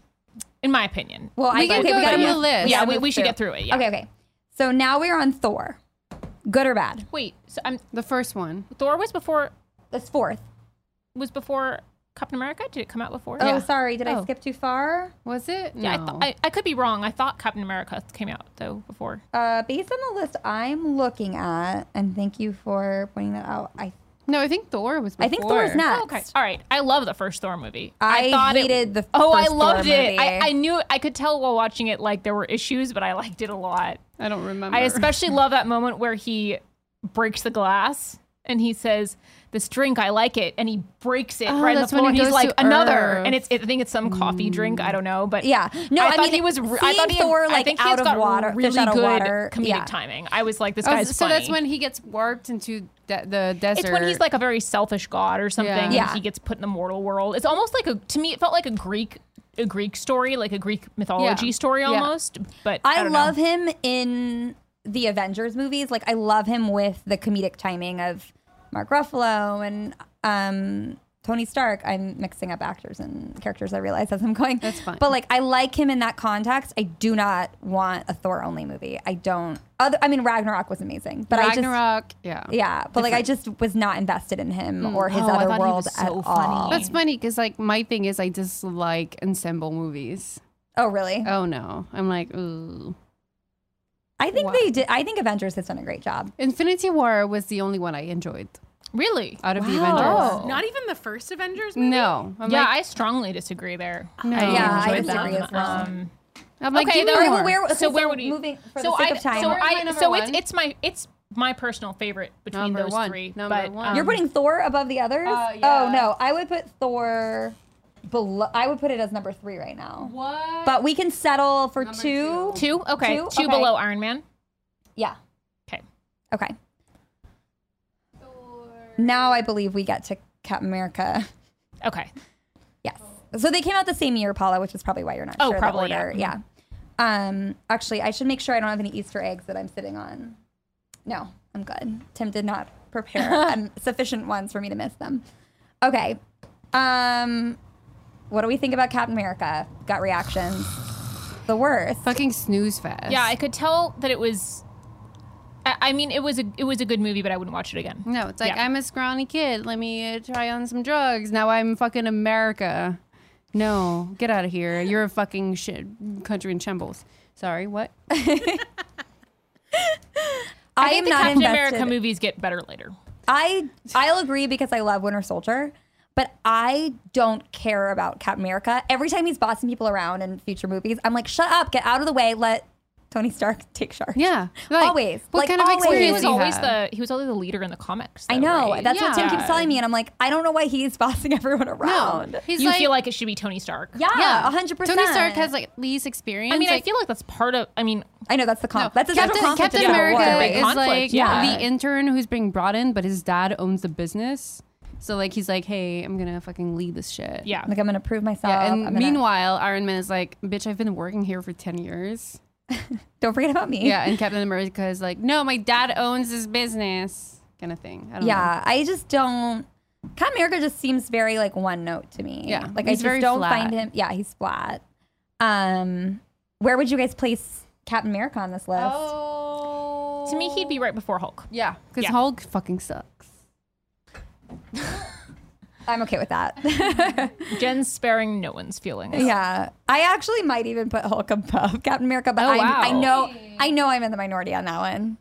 in my opinion.
Well, I
We can
okay,
go
gotta
down the
move-
list.
yeah,
gotta
we,
move
we should get through it. Yeah.
Okay, okay. So now we're on Thor. Good or bad?
Wait. So I'm
The first one.
Thor was before
That's fourth.
was before Captain America. Did it come out before?
Oh, sorry. Did I
Oh.
skip too far?
Was it?
Yeah, I,
No.
th- I, I could be wrong. I thought Captain America came out though before.
Uh, based on the list I'm looking at, and thank you for pointing that out. I
no, I think Thor was. Before.
I think Thor is next.
Oh, Okay, all right. I love the first Thor movie.
I hated the
oh, I
first Thor
loved it.
movie.
I, I knew I could tell while watching it like there were issues, but I liked it a lot.
I don't remember.
I especially love that moment where he breaks the glass and he says, "This drink, I like it," and he breaks it
Oh,
right on the
that's when
floor. And
he
he's
goes
like,
to
"Another,"
Earth.
and it's I think it's some coffee drink. I don't know, but
Yeah. No, I
thought
mean,
he was. re-
seeing
I thought he had-
Thor,
I
like,
think
out
he's
of
got
water- fish
really
out of
good
water.
comedic
Yeah.
timing. I was like, "This
Oh,
guy's
so that's
funny.
when he gets warped into de- the desert.
It's when he's like a very selfish god or something,
Yeah.
and
Yeah.
he gets put in the mortal world. It's almost like a to me, it felt like a Greek a Greek story, like a Greek mythology
Yeah.
story
Yeah.
almost. But I,
I,
don't
love
know.
him in the Avengers movies. Like I love him with the comedic timing of Mark Ruffalo and um, Tony Stark. I'm mixing up actors and characters. I realize as I'm going. That's
fine.
But like I like him in that context. I do not want a Thor only movie. I don't. Other, I mean Ragnarok was amazing, but I just.
Ragnarok. yeah.
Yeah, but like I just was not invested in him or his
Oh, I
other
thought he
world
was
at all.
so funny.
That's funny because like my thing is I dislike ensemble movies.
Oh, really?
Oh no, I'm like ooh.
I think they did. I think Avengers has done a great job.
Infinity War was the only one I enjoyed.
Really?
out of the
Wow.
Avengers.
Oh.
Not even the first Avengers movie?
No, I'm
yeah,
like,
I strongly disagree there.
No.
I
Yeah, I
enjoyed
disagree
them.
as well.
Um,
I'm like,
okay,
give me
though-
All right,
more.
well, where, okay,
So where would you-
moving for
so
the sake
I,
of time?
so
Where's my
I,
number
so it's
one?
it's my it's my personal favorite between
Number
those
one.
three.
Number
but,
one.
um,
You're putting Thor above the others?
Oh, yeah.
Oh no, I would put Thor below. I would put it as number three right now.
What?
But we can settle for
Number
two.
two. Okay,
Two?
two,
Okay.
below Iron Man.
Yeah.
Okay.
Okay. Now I believe we get to Captain America.
Okay.
Yes. So they came out the same year, Paula, which is probably why you're not
Oh,
sure the
probably, yeah.
order. Yeah. Um, actually, I should make sure I don't have any Easter eggs that I'm sitting on. No, I'm good. Tim did not prepare um, sufficient ones for me to miss them. Okay. Um, what do we think about Captain America? Gut reactions. The worst.
fucking snooze fest.
Yeah, I could tell that it was. I, I mean, it was a it was a good movie, but I wouldn't watch it again.
no, it's like
Yeah.
I'm a scrawny kid. Let me uh, try on some drugs. Now I'm fucking America. No, get out of here. You're a fucking shit country in shambles. Sorry, what?
I,
I
am
think the
not
Captain
invested.
America movies get better later.
I I'll agree because I love Winter Soldier, but I don't care about Captain America. Every time he's bossing people around in future movies, I'm like, shut up, get out of the way, let Tony Stark take charge.
Yeah, like,
Always.
What
Like,
kind
always.
of
Well,
He
experience
was
do you
always
have?
the he was always the leader in the comics.
I
though,
know.
right?
That's what Tim
Yeah.
keeps telling me, and I'm like, I don't know why he's bossing everyone around.
No, he's
you
like,
feel like it should be Tony Stark.
Yeah,
yeah,
hundred percent.
Tony Stark has like least experience.
I mean, I
like-
feel like that's part of. I mean,
I know that's the
No,
comp. That's a central
Captain,
conflict
Captain
in Civil
America
War.
is
conflict,
like
yeah.
the intern who's being brought in, but his dad owns the business. So like he's like, hey, I'm gonna fucking lead this shit.
yeah.
like I'm gonna prove myself.
Yeah,
I'm
and
gonna-
meanwhile, Iron Man is like, bitch, I've been working here for 10 years.
don't forget about me.
Yeah, and Captain America is like, no, my dad owns this business, kind of thing. I don't
yeah, I just don't. Captain America just seems very like one note to me.
Yeah,
like I
he's
just
very
don't
flat.
find him. Yeah, he's flat. Um, where would you guys place Captain America on this list?
know. Oh.
To me, he'd be right before Hulk.
Yeah, because
Yeah.
Hulk fucking sucks.
I'm okay with that.
Jen's sparing no one's feelings.
yeah, I actually might even put Hulk above Captain America, but
Oh,
I'm,
wow.
I know I know I'm in the minority on that one.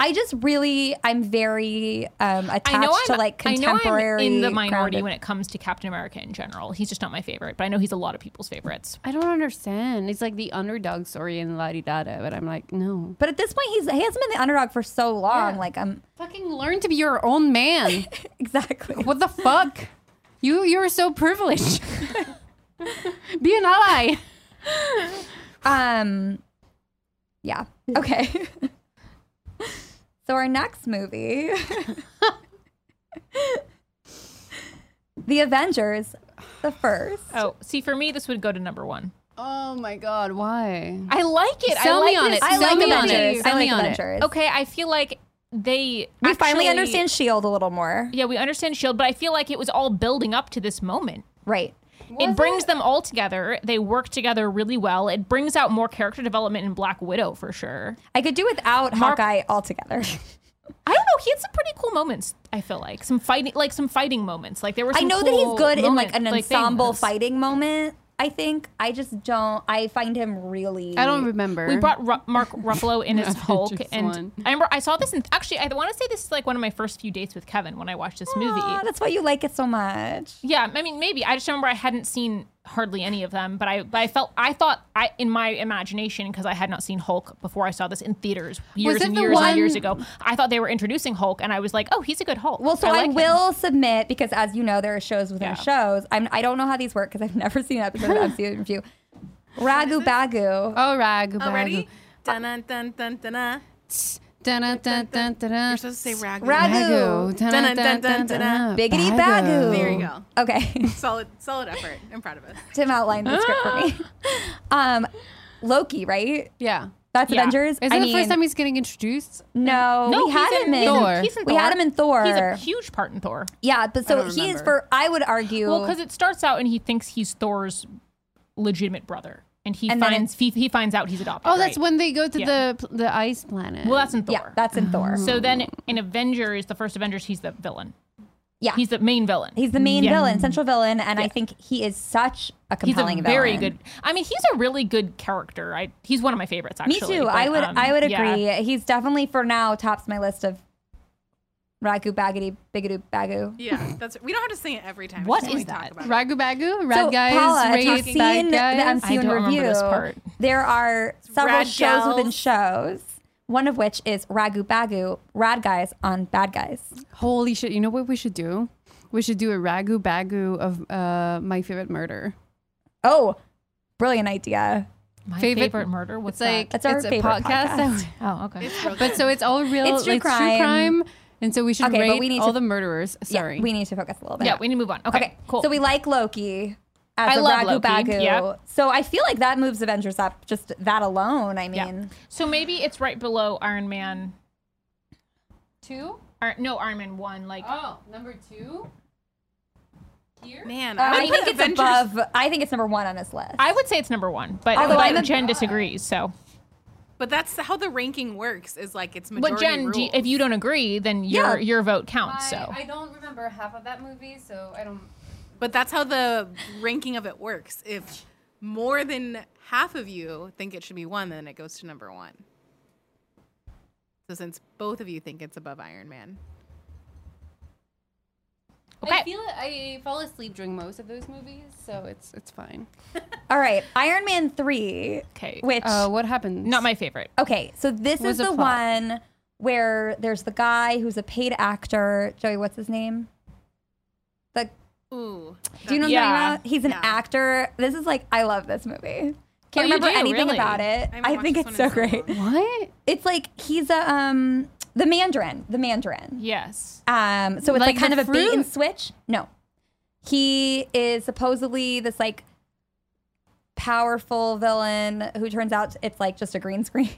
I just really I'm very um, attached
I know
to
I'm
like
I know I'm
contemporary.
in the minority
grounded-
when it comes to Captain America in general. He's just not my favorite, but I know he's a lot of people's favorites.
I don't understand. It's like the underdog story in La Di Dada, but I'm like, no.
but at this point, he's he hasn't been the underdog for so long. Like I'm
Fucking learn to be your own man.
exactly.
What the fuck? You you're so privileged. Be an ally.
Um, yeah. Okay. so our next movie, The Avengers, the first.
Oh, see, for me, this would go to number one.
Oh my god, why?
I like it.
Sell
I like
me on
this
it.
I
movie.
Sell
like
me on it.
Avengers. I
Sell me
like
on it.
Avengers.
Okay, I feel like they.
We finally
actually-
understand Shield E a little more,
Yeah, we understand Shield, but I feel like it was all building up to this moment.
right?
it brings them all together. They work together really well. It brings out more character development in Black Widow for sure.
I could do without Hawkeye altogether.
I don't know. He had some pretty cool moments. I feel like some fighting, like some fighting moments. Like there were.
I
Some
know that
cool
he's good in like
moment-
an
like,
ensemble
things.
fighting moment. I think I just don't. I find him really.
I don't remember.
We brought Ru- Mark Ruffalo in as Hulk,
Just
and
one.
I remember I saw this. In, actually, I want to say this is like one of my first few dates with Kevin when I watched this
Aw,
movie.
Ah, that's why you like it so much.
Yeah, I mean, maybe I just remember I hadn't seen hardly any of them, but I, but I felt I thought I in my imagination because I had not seen Hulk before I saw this in theaters years
it
and
the
years
one-
and years ago. I thought they were introducing Hulk, and I was like, oh, he's a good Hulk.
Well, so I,
like him.
will submit because, as you know, there are shows within
Yeah.
shows. I'm, I don't know how these work because I've never seen an episode of MCU review. Ragu Bagu.
Oh, rag.
Already? Dun dun dun dun dun.
Dun, dun, dun, dun, dun, dun.
You're supposed to say ragu.
Rag-
Ragu. Dun, dun, dun, dun, dun.
Biggity bagu.
There you go.
Okay,
Solid, solid effort. I'm proud of us.
Tim outlined the script for me. Um, Loki, right?
Yeah.
That's
Yeah.
Avengers.
Is it
I
the
mean,
first time he's getting introduced?
No,
No,
we
he's
had him in.
he's
Thor.
he's in
We had him in Thor.
He's a huge part in Thor.
yeah, but so he is for. I would argue.
Well, because it starts out and he thinks he's Thor's legitimate brother, and he
And then
finds he, he finds out he's adopted.
Oh, that's
right?
when they go to
Yeah.
the pl- the ice planet.
Well, that's in Thor.
yeah, that's in Thor.
so then in Avengers, the first Avengers, he's the villain.
Yeah.
he's the main villain.
He's the main
Yeah.
villain, central villain, and I think he is such a
He's a
compelling
very
villain.
good. I mean, he's a really good character. I he's one of my favorites. Actually,
um,
Me too.
But,
I would
um,
I would
yeah.
agree. He's definitely for now tops my list of Ragu baggity biggity bagu.
Yeah, that's we don't have to sing it every time.
What
What is
is that?
Ragu bagu, rad guys,
Paula, have you
raids,
seen
bad
the
guys.
MCU
I
in
don't remember
review?
this part.
There are several
Rad
shows within
Gals.
shows. One of which is Ragu Bagu, Rad Guys on Bad Guys.
Holy shit! You know what we should do? We should do a ragu bagu of uh, my favorite murder.
Oh, brilliant idea.
My
Favorite-
favorite, murder. What's
It's like
That's our
it's a
favorite
podcast,
podcast.
Oh, okay.
but so it's all real.
It's true
like,
crime.
and so we should
Okay, but
rate
we need
all
to-
the murderers. Sorry,
Yeah, we need to focus a little bit.
yeah, we need to move on. Okay,
Okay,
cool.
So we like Loki as
I
a
love
Ragu
Loki,
Bagu.
yep.
So I feel like that moves Avengers up. Just that alone. I mean,
So maybe it's right below Iron Man two. Or, no, Iron Man one. Like
Oh, number two. Here.
Man,
Uh,
I,
I
would
think
put
it's
Avengers-
above. I think it's number one on this list.
I would say it's number one, but
Although
but
I'm a-
Jen disagrees. So,
But that's how the ranking works. Is like it's majority
but Jen,
rules.
do you- if you don't agree, then your
Yeah.
your vote
Um,
counts. So
don't remember half of that movie, so I don't.
But that's how the ranking of it works. If more than half of you think it should be one, then it goes to number one. So since both of you think it's above Iron Man,
okay,
I feel I fall asleep during most of those movies, so it's it's fine.
All right, Iron Man three.
Okay. Oh.
Which
Uh, what happens?
not my favorite.
okay, so this
was
is
the
the
plot?
one where there's the guy who's a paid actor. Joey, what's his name? The
ooh,
do you know what I'm
Yeah.
talking about? He's an
Yeah.
actor. This is like I love this movie. Can't
Oh, you
remember
do,
anything
really?
about it.
I haven't
I,
watched
think
this
it's
one
so
in so
great.
long.
What?
It's like he's a um the Mandarin, the Mandarin.
Yes.
Um, so it's like,
Like
kind
the
of a bait and
fruit?
switch. No, he is supposedly this like powerful villain who turns out it's like just a green screen.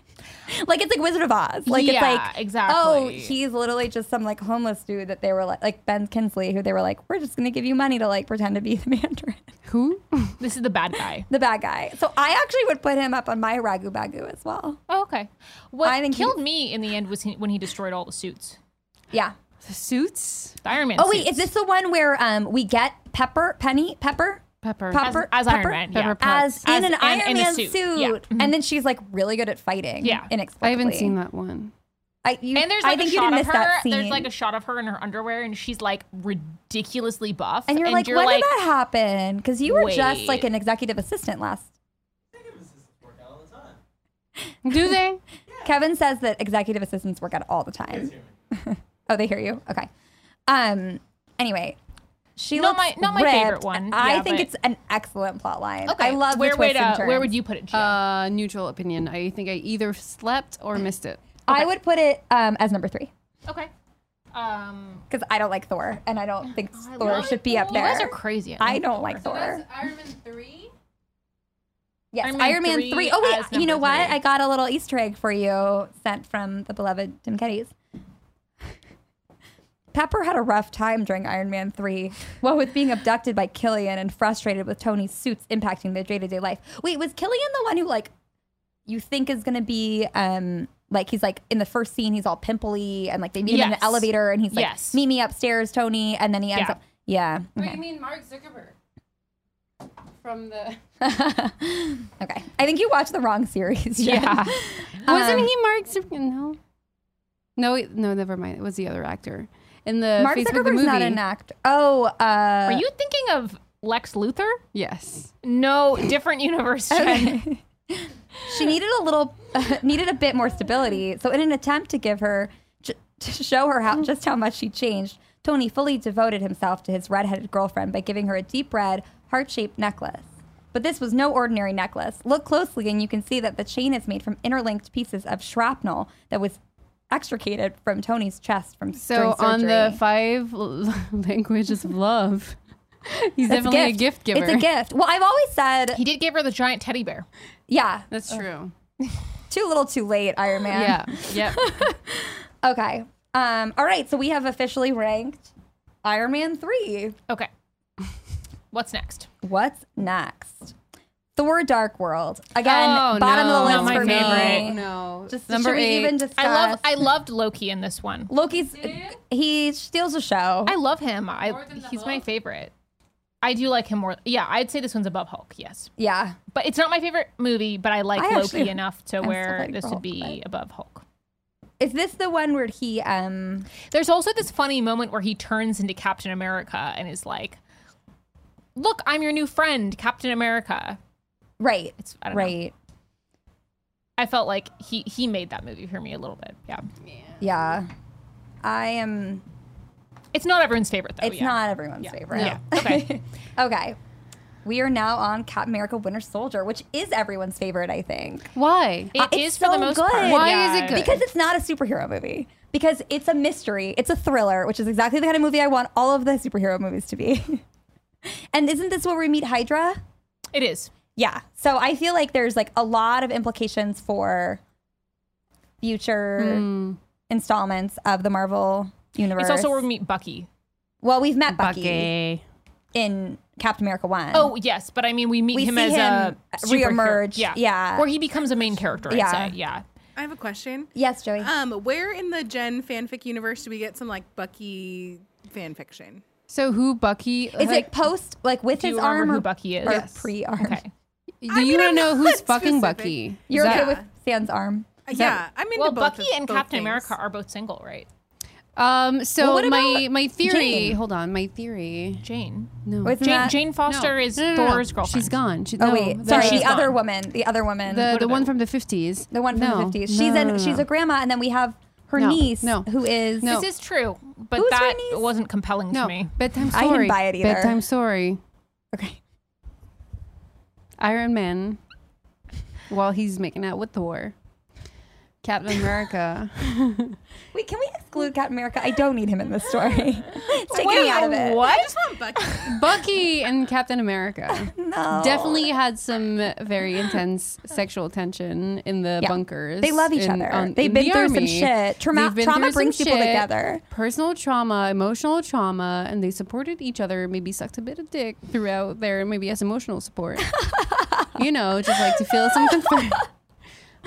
like it's like Wizard of Oz. Like
Yeah,
it's like Oh,
exactly.
he's literally just some like homeless dude that they were like like Ben Kinsley, who they were like, we're just gonna give you money to like pretend to be the Mandarin,
Who?
This is the bad guy.
the bad guy. So I actually would put him up on my ragu bagu as well.
Oh, okay. What
I think
killed me in the end was he, when he destroyed all the suits.
Yeah.
The suits.
The Iron Man.
Oh wait,
suits.
is this the one where um we get Pepper Penny Pepper?
Pepper.
as,
Pepper
as
Pepper?
Iron Man? Yeah.
Pepper
as
Potts.
in
As
an
in-
Iron
in a
Man suit,
suit. Yeah. Mhm.
and then she's like really good at fighting.
Yeah.
inexplicably.
I haven't seen that one.
I, you,
And there's
I
like
think
a
you
shot
didn't
of
miss
her.
that scene.
There's like a shot of her in her underwear, and she's like ridiculously buff.
and you're like, when did that happen? Because you were just like
Wait.
an executive assistant last.
Work out all the time.
Do they?
Kevin says that executive assistants work out all the time. oh, they hear you. Okay. Um. Anyway, she
Not
looks
my- not my favorite
ripped,
one.
and I
Yeah,
think
but-
it's an excellent plot line.
Okay.
I love
where
the twists
would
and
uh, where
turns.
would you put it? Gia?
Uh, neutral opinion. I think I either slept or missed it.
I would put it um, as number three
okay. Um,
because I don't like Thor, and I don't think
I
Thor
love
should be up
you
there.
guys are crazy.
I don't like Thor.
Iron Man three.
Yes, Iron
Iron
Man, 3.
Man 3
Oh,
as
wait. You
number
know what?
three.
I got a little Easter egg for you sent from the beloved Tim Keddies. Pepper had a rough time during Iron Man 3, what with being abducted by Killian and frustrated with Tony's suits impacting their day to day life. Wait, was Killian the one who, like, you think is going to be, um, like, he's like, in the first scene, he's all pimply and, like, they meet him in
Yes.
an elevator and he's like,
Yes.
meet me upstairs, Tony. And then he ends
Yeah.
up, yeah.
What do
okay.
you mean, Mark Zuckerberg? From the
okay. I think you watched the wrong series. Jen.
Yeah.
wasn't
Um,
he Mark Zuckerberg? No, Uh, no, wait, no. Never mind. It was the other actor in the
Mark
Facebook the
Zuckerberg's
movie.
not an actor. Oh, uh,
Are you thinking of Lex Luthor?
yes,
No, different universe. Jen.
she needed a little, needed a bit more stability. So, in an attempt to give her, j- to show her
Mm.
how just how much she changed, Tony fully devoted himself to his redheaded girlfriend by giving her a deep red, heart-shaped necklace. But this was no ordinary necklace. Look closely, and you can see that the chain is made from interlinked pieces of shrapnel that was extricated from Tony's chest from
so
during
on the
surgery.
five l- languages of love, he's
It's
definitely a gift giver.
It's a gift. Well, I've always said,
He did give her the giant teddy bear.
yeah,
That's true.
too little, too late, Iron Oh, Man.
Yeah. Yep.
Okay. Um, all right. So we have officially ranked Iron Man 3.
Okay. What's next?
What's next? Thor Dark World. Again,
Oh,
bottom of the
Oh, no,
list
my
for me.
favorite.
No.
Just
number
should we
eight.
even discuss?
I love I loved Loki in this one.
Loki's he steals the show.
I love him. I he's my favorite. I do like him more. Yeah, I'd say this one's above Hulk. Yes,
yeah.
but it's not my favorite movie. But I like
I
Loki
actually-
enough to
I'm still
where
fighting
this
for
would
Hulk,
be
but-
above Hulk.
Is this the one where he um
There's also this funny moment where he turns into Captain America and is like, "Look, I'm your new friend, Captain America."
right?
It's I don't know.
right.
I felt like he he made that movie for me a little bit. Yeah,
Yeah. I am
it's not everyone's favorite though.
it's
Oh, yeah.
not everyone's favorite.
Yeah. Okay.
Okay. We are now on Captain America Winter Soldier, which is everyone's favorite, I think.
Why?
It is
Uh, it's
for the
so
most
good.
part.
Why is it good?
Because it's not a superhero movie. Because it's a mystery. It's a thriller, which is exactly the kind of movie I want all of the superhero movies to be. and isn't this where we meet Hydra?
It is.
Yeah. So I feel like there's like a lot of implications for future
Hmm.
installments of the Marvel universe.
Hmm. It's also where we meet Bucky.
well, we've met Bucky,
Bucky.
in Captain America 1.
Oh yes, but I mean we meet
We
him
see
as a
him
superhero.
reemerge,
Yeah,
yeah.
Or he becomes a main character. I'd
Yeah.
say. Yeah.
I have a question.
Yes, Joey.
Oh,
Um, where in the Gen fanfic universe do we get some like Bucky fanfiction?
So who Bucky?
is it post, like with
Do you
his
remember
arm
who
or,
Bucky is?
or
Yes.
pre-arm?
Okay.
Do
I
you
mean,
want
I'm
to know who's
not
fucking
specific.
Bucky?
You're
Is
okay
that-
with Sans arm.
yeah, I'm into
Well,
both
Bucky
of-
and
both
Captain
things.
America are both single, right?
Um. So
Well, what
my my theory.
Jane?
Hold on. My theory.
Jane.
No.
Wasn't
Jane,
that-
Jane Foster is
No, no, no, no.
Thor's girlfriend.
She's gone. She's,
Oh
no,
wait,
the-
sorry.
she's
The other
gone.
woman. The other woman.
The
The,
the one from the fifties.
one from the fifties. She's an, she's a grandma, and then we have her
No,
niece,
no.
who is
No.
This is true, but
Who's her
that
niece?
wasn't compelling
no
to me.
bedtime
I
story.
didn't buy it either.
Bedtime story.
okay.
Iron Man, while he's making out with Thor. Captain America.
Wait, can we exclude Captain America? I don't need him in this story. it's taking me out of it.
I just want Bucky.
Bucky and Captain America
No.
definitely had some very intense sexual tension in the
Yeah.
bunkers.
They love each
in-
other.
on-
They've
in
been
the
through some
army.
shit. Trauma-
They've been
trauma
through some
brings people
shit,
together.
Personal trauma, emotional trauma, and they supported each other. Maybe sucked a bit of dick throughout there, maybe as emotional support. you know, just like to feel some comfort.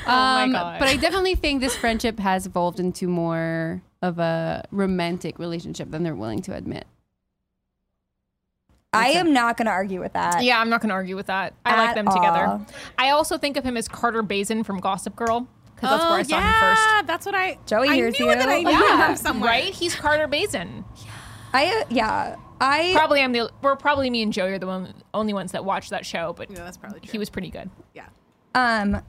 my
Um,
God.
But I definitely think this friendship has evolved into more of a romantic relationship than they're willing to admit.
I am not going to argue with that.
Yeah, I'm not going to argue with that. I
At
like them
all.
together. I also think of him as Carter Bazin from Gossip Girl because that's
Oh,
where I saw
yeah,
him first. Oh,
that's what I.
Joey
I
hears
knew
you.
it that I knew him
Yeah,
from Oh, somewhere.
right. He's Carter Bazin.
I yeah. I
Probably I'm the. We're probably me and Joey are the one, only ones that watched that show, but
Yeah, that's probably true.
he was pretty good.
Yeah.
um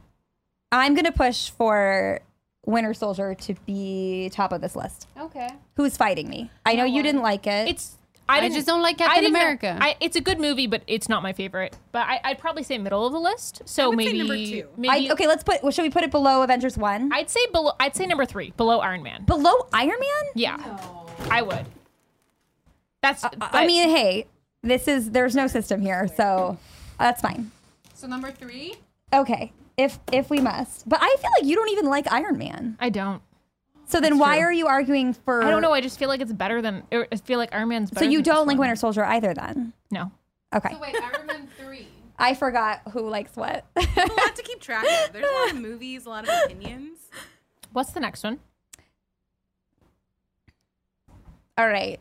I'm going to push for Winter Soldier to be top of this list.
Okay.
Who's fighting me? I know you didn't like it.
It's. I, didn't-
just don't like Captain
didn't know-
America.
I, it's a good movie, but it's not my favorite. But I, I'd probably say middle of the list. So
would say
maybe
number two.
maybe
I, okay, let's put. Well, should we put it below Avengers One?
I'd say below. I'd say number three, below Iron Man.
below Iron Man?
yeah, I would. That's.
I
but-
mean, hey, this is there's no system here, so that's fine.
So number three.
Okay, if if we must, but I feel like you don't even like Iron Man.
I don't.
So then why
true.
are you arguing for?
I don't know. I just feel like it's better than. or I feel like Iron Man's
So
better.
you
than this
don't like
one.
Winter Soldier either, then?
No.
Okay,
wait, Iron Man three.
I forgot who likes what.
a lot to keep track of. There's a lot of movies, a lot of opinions.
What's the next one?
All right,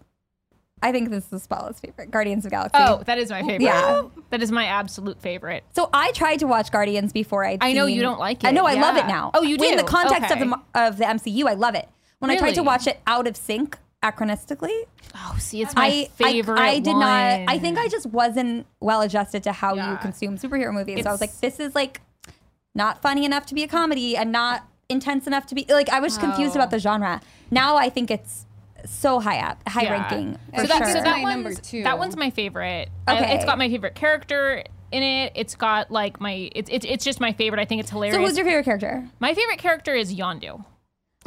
I think this is Paula's favorite, Guardians of the Galaxy.
Oh, that is my favorite.
Yeah.
That is my absolute favorite.
So I tried to watch Guardians before I.
I know you don't like it.
I know I love it
Yeah.
now.
Oh, you
In the
do?
context
Okay.
of the of the MCU, I love it. When I tried to
Really?
watch it out of sync, anachronistically,
Oh, see, it's my
I, I
favorite.
I did not. I
one.
think I just wasn't well adjusted to how you
Yeah.
consume superhero movies. so I was like,
It's-
this is like not funny enough to be a comedy and not intense enough to be like. I was confused
Oh.
about the genre. Now I think it's so high up, high
Yeah.
ranking.
So
for
that-
sure.
so
that
My
one's,
number two.
That one's my favorite. I-
Okay.
it's got my favorite character in it. It's got like my. It's it's it's just my favorite. I think it's hilarious.
so who's your favorite character?
my favorite character is Yondu.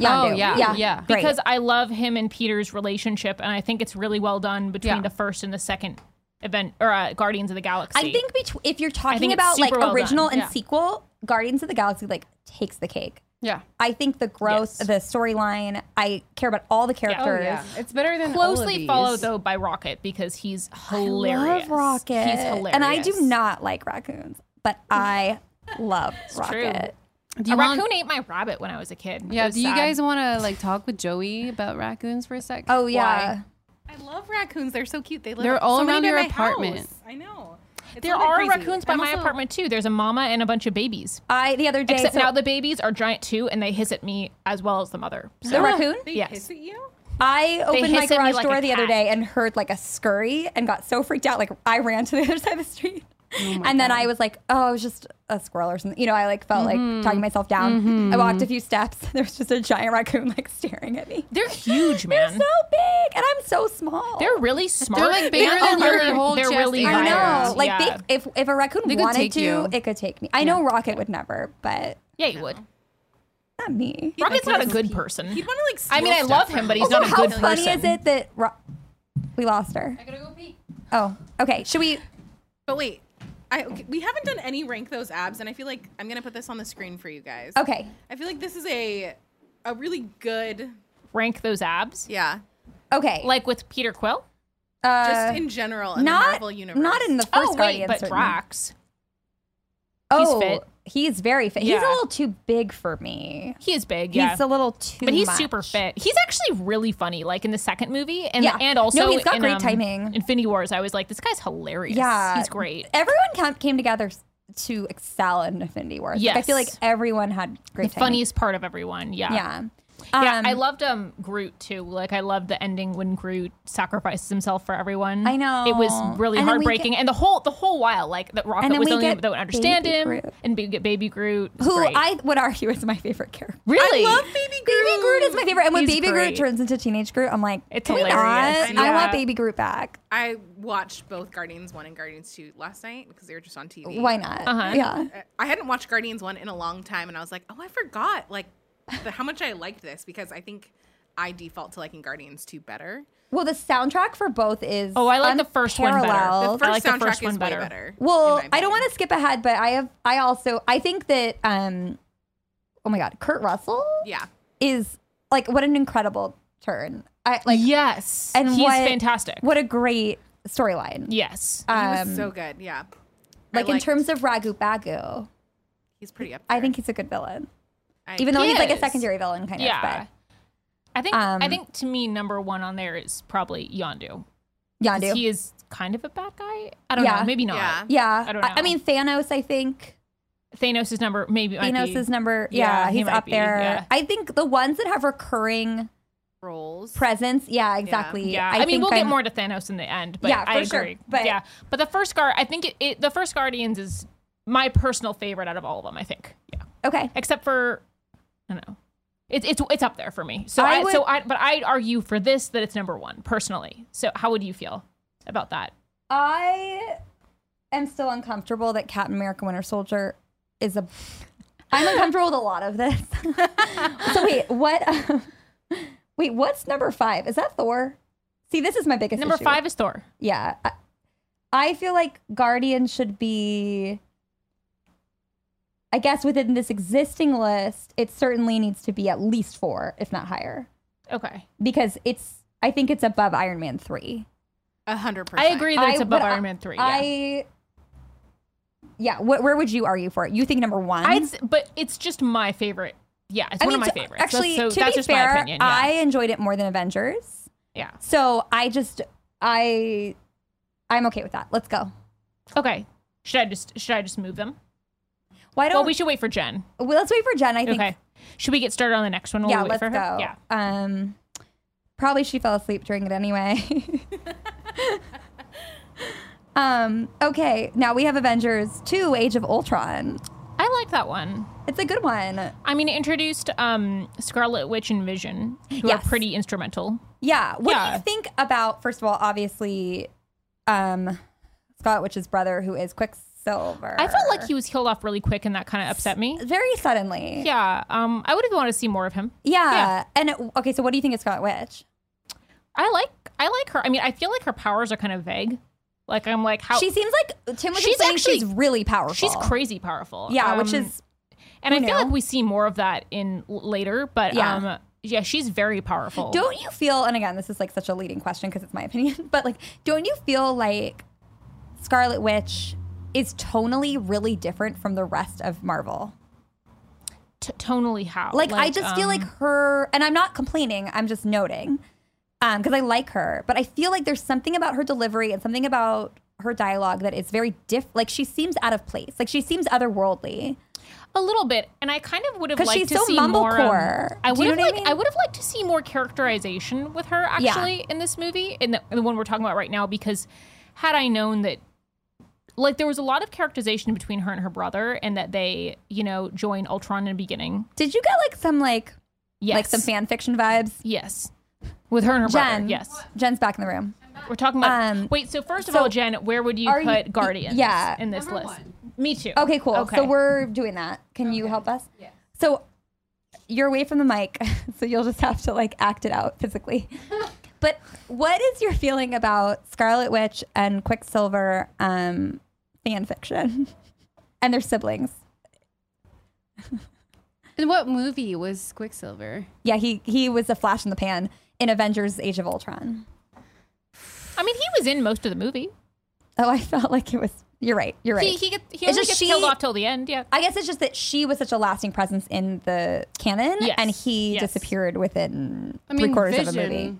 Oh,
Yondu.
yeah,
Oh, yeah,
yeah.
Great.
because I love him and Peter's relationship, and I think it's really well done between
Yeah.
the first and the second event or uh, Guardians of the Galaxy.
I think betw- if you're talking
think it's
about like
super well
original
done.
and
Yeah.
sequel, Guardians of the Galaxy like takes the cake.
Yeah.
I think the growth,
Yes. Oh,
the storyline, I care about all the characters.
Oh, It's better than
closely followed though by Rocket because he's hilarious.
Love Rocket.
He's hilarious,
And I do not like raccoons, but I love
true.
Rocket.
Do
A
you want?
raccoon ate my rabbit when I was a kid. It
Yeah.
was
Do you
sad.
guys want to like talk with Joey about raccoons for a sec?
Oh yeah.
I love raccoons. They're so cute. They live.
They're all
so many
around
near
your
my
apartment.
house. I know.
there
not that
are
crazy.
raccoons by
I'm
my
also-
apartment too. There's a mama and a bunch of babies.
I the other day.
Except
so-
now the babies are giant too, and they hiss at me as well as the mother. So
the raccoon.
They
Yes.
hiss at you?
I opened my
hiss at me
garage
like a
door the other
cat.
day and heard like a scurry and got so freaked out. Like I ran to the other side of the street. and then I was like, oh, it was just a squirrel or something. You know, I like felt
Mm-hmm.
like talking myself down. I walked a few steps. There was just a giant raccoon like staring at me.
they're huge,
They're
man.
so big, and I'm so small.
They're really smart.
like, bigger than your whole
They're
chest
really
area.
I know.
violent.
Like
yeah.
they, if if a raccoon
They could
wanted
take
to,
you.
it could take me. I know Rocket would never, but
yeah, you would.
not me.
Rocket's not a good person.
He'd want to like.
I mean, I
steal
love
stuff
him,
from
but he's
Also,
not a
how
good
funny
person.
is it that Ro- we lost her?
I gotta go pee.
Oh, okay. Should we?
But wait, I okay, we haven't done any rank those abs, and I feel like I'm gonna put this on the screen for you guys.
Okay.
I feel like this is a a really good
Rank those abs,
yeah.
Okay.
like with Peter Quill.
uh,
Just in general in the
not
Marvel universe.
not in the first
Oh wait,
Guardian,
but
certainly.
Drax. he's
Oh,
fit.
he's very fit. He's a
Yeah.
little too big for me.
He is big. Yeah.
He's a little too.
but he's
much.
super fit. He's actually really funny, like in the second movie, and
Yeah.
and also
No, he's got
in,
great
um,
timing.
Infinity Wars, I was like, this guy's hilarious.
Yeah,
he's great.
Everyone cam- came together s- to excel in Infinity Wars. Like, I feel like
Yes.
everyone had great. timing.
Funniest part of everyone. Yeah.
Yeah.
Yeah,
Um,
I loved um Groot too. Like I loved the ending when Groot sacrifices himself for everyone.
I know.
it was really
And then we
heartbreaking, and the whole the whole while like that Rocket
And then
was
we
the only
get
one that would understand
Baby
him,
Groot.
and we get Baby Groot, It's
who
great.
I would argue is my favorite character.
really
I love Baby Groot.
Baby Groot is my favorite, and when
He's
Baby Groot
great.
turns into teenage Groot, I'm like,
It's
"Can we
hilarious.
not? I want
Yeah.
Baby Groot back.
I watched both Guardians One and Guardians Two last night because they were just on TV.
Why not?
Uh-huh.
Yeah.
I- I hadn't watched Guardians One in a long time, and I was like, oh, I forgot like the, how much I liked this because I think I default to liking Guardians Two better.
Well, the soundtrack for both is
Oh, I like the first one better. The
The
unparalleled.
first
I like the
soundtrack
first one
is
better.
way better.
Well, I don't want to skip ahead, but I have I also I think that um oh my god, Kurt Russell
to. Yeah.
is like what an incredible turn. I like
yes,
and
he's
what-
fantastic.
what a great storyline.
yes,
He was
Um,
so good. Yeah. I
like in
liked-
terms of Ragu Bagu,
he's pretty up.
I
there.
think he's a good villain.
I-
Even though
He
he's like a
is.
secondary villain kind
yeah.
of
I think
Um,
I think to me number one on there is probably Yondu.
but Yondu.
'Cause He is kind of a bad guy. I don't
Yeah.
know. Maybe not.
Yeah.
yeah.
I don't know.
mean Thanos, I think.
Thanos is number maybe. might
Thanos
be-
is number yeah,
Yeah, he
he's
might
up
be,
there.
yeah.
I think the ones that have recurring
roles.
presence, yeah, exactly.
Yeah, I, mean,
think
we'll get
I'm-
more to Thanos in the end, but
Yeah,
I
for sure,
agree.
but-
yeah, but the first guard, I think it, it, the first Guardians is my personal favorite out of all of them. I think, yeah,
Okay.
except for I don't know, it's it's it's up there for me. So
I
I, so
would-
I but I would argue for this that it's number one personally. So how would you feel about that?
I am still uncomfortable that Captain America Winter Soldier is a. I'm uncomfortable with a lot of this. so wait, what? wait, what's number five? Is that Thor? See, this is my biggest
Number
issue.
five is Thor.
Yeah, I, I feel like Guardian should be. I guess within this existing list, it certainly needs to be at least four, if not higher,
Okay,
because it's. I think it's above Iron Man three.
A hundred percent.
I agree that it's
I-
above
but I-
Iron Man three. yeah.
I yeah. Wh- where would you argue for it? You think number one?
I'd, s- but it's just my favorite. Yeah, it's
I
one
mean,
of my
to-
favorites. That's-
Actually,
so
to
that's
be
just
fair,
my opinion. Yeah.
I enjoyed it more than Avengers.
yeah.
So I just I I'm okay with that. Let's go.
Okay. Should I just should I just move them?
Why don't
Well, we should wait for Jen.
well, let's wait for Jen? I think.
Okay. Should we get started on the next one? while
Yeah,
we wait
let's
for
go.
her? Yeah.
Um, probably she fell asleep during it anyway. um. Okay. Now we have Avengers Two: Age of Ultron.
I like that one.
It's a good one.
I mean, it introduced um, Scarlet Witch and Vision, who
Yes.
are pretty instrumental.
Yeah. What do
Yeah.
you think about first of all, obviously, um, Scott, which is brother, who is Quicksilver?
I felt like he was killed off really quick, and that kind of upset me.
very suddenly.
Yeah. Um, I would have wanted to see more of him.
Yeah.
Yeah.
And it- okay, so what do you think of Scarlet Witch?
I like I like her. I mean, I feel like her powers are kind of vague. Like I'm like how
she seems like Tim was
She's
saying
actually-
she's really powerful.
she's crazy powerful.
Yeah, which
Um,
is
and I
you
feel
know.
like we see more of that in l- later. But
Yeah.
yeah. um, yeah, she's very powerful.
don't you feel? And again, this is like such a leading question because it's my opinion, but like, don't you feel like Scarlet Witch is tonally really different from the rest of Marvel?
t- tonally how?
like, I just feel like
um,
her, and I'm not complaining. I'm just noting, um, because I like her, but I feel like there's something about her delivery and something about her dialogue that is very diff. Like she seems out of place. Like she seems otherworldly.
A little bit, and I kind of would have
'Cause
liked
she's
to
so
see more. um,
mumblecore.
I
Do
would
you
have
know what
like
I
I,
mean?
would have liked to see more characterization with her
Yeah.
actually in this movie, in the, in the one we're talking about right now. Because had I known that, like, there was a lot of characterization between her and her brother, and that they, you know, join Ultron in the beginning.
Did you get like some like
Yes,
like some fan fiction vibes?
Yes, with her and her brother.
Jen,
Yes,
Jen's back in the room.
we're talking about.
Um,
wait, so first of
so
all, Jen, where would you
are you-
put Guardians?
yeah.
in this
Number
list. Me too.
Okay, cool.
Okay.
So we're doing that. Can you help us? Yeah. So you're away from the mic, so you'll just have to like act it out physically. but what is your feeling about Scarlet Witch and Quicksilver um, fan fiction and their siblings?
In what movie was Quicksilver?
Yeah, he he was a flash in the pan in Avengers: Age of Ultron.
I mean, he was in most of the movie.
Oh, I felt like it was. You're right. You're right.
He he gets he
It's
only
just
gets
she-
killed off till the end. Yeah.
I guess it's just that she was such a lasting presence in the canon,
Yes.
and he
Yes.
disappeared within
I mean,
three quarters
Vision.
of the movie.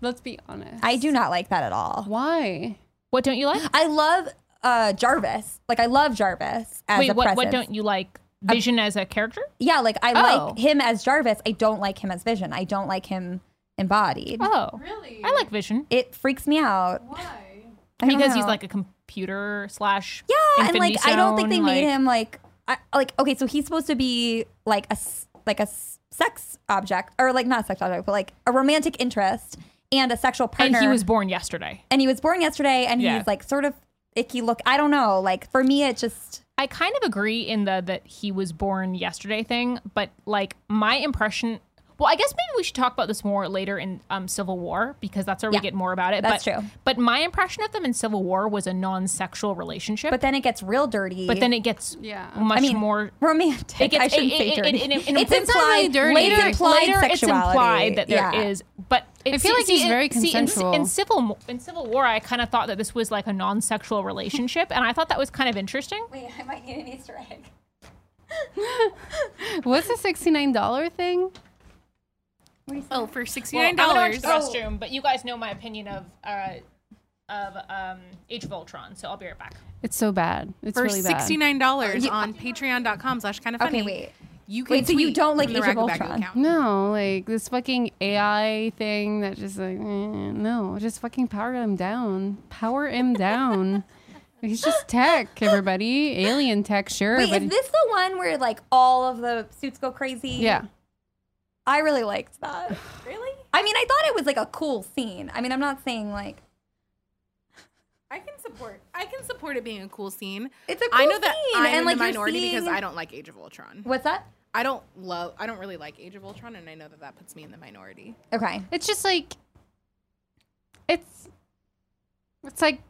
Let's be honest.
I do not like that at all.
Why?
What don't you like?
I love uh, Jarvis. Like I love Jarvis as a
Wait, what,
presence.
what don't you like? Vision as a character?
Yeah, like I
Oh.
like him as Jarvis. I don't like him as Vision. I don't like him embodied.
Oh,
Really?
I like Vision
It freaks me out
Why?
I don't
because he's
know.
like a computer slash.
Oh. yeah, and
Infinity
like I don't think they
Stone,
made
like-
him like I, like okay, so he's supposed to be like a s- like a s- sex object or like not a sex object, but like a romantic interest and a sexual partner.
And he was born yesterday.
and he was born yesterday, and
Yeah.
he's like sort of icky look. I don't know. Like for me, it just
I kind of agree in the that he was born yesterday thing, but like my impression. Well, I guess maybe we should talk about this more later in um, Civil War because that's where
Yeah.
we get more about it.
That's
but,
true.
But my impression of them in Civil War was a non-sexual relationship.
but then it gets real dirty.
but then it gets
Yeah.
much
I mean,
more
romantic.
It gets
I shouldn't
it-
say
it-
dirty.
it- it- it-
it's
it's not
implied
really dirty.
Later,
Later-
it's implied
later
sexuality.
it's implied that there is,
Yeah.
but it,
I feel like he's
in-
very
in-
consensual.
in, civil mo- in civil war, I kind of thought that this was like a non-sexual relationship, and I thought that was kind of interesting.
Wait, I might need an Easter egg.
What's the sixty-nine dollar thing?
Oh, for sixty
Well, I'm
nine
gonna watch
dollars.
the restroom, but you guys know my opinion of uh, of um, Age of Ultron, so I'll be right back.
It's so bad. It's
for
really bad.
sixty nine dollars on Patreon.com slash kind of funny.
Uh, Okay, wait.
You can
Wait, so you
tweet
don't like
from the
Age of
Raggedy Baggy
Ultron?
account.
No, like this fucking AI thing that just like eh, no, just fucking power him down. Power him down. He's just tech, everybody. Alien tech, sure.
Wait,
but
is this the one where like all of the suits go crazy?
yeah.
I really liked that. really? I mean, I thought it was like a cool scene. I mean, I'm not saying like
I can support. I can support it being a cool scene.
It's a
I
cool
know that
scene,
I'm
and,
in
like,
the
you're
minority because
seeing-
I don't like Age of Ultron.
what's that?
I don't love. I don't really like Age of Ultron, and I know that that puts me in the minority.
Okay.
It's just like it's it's like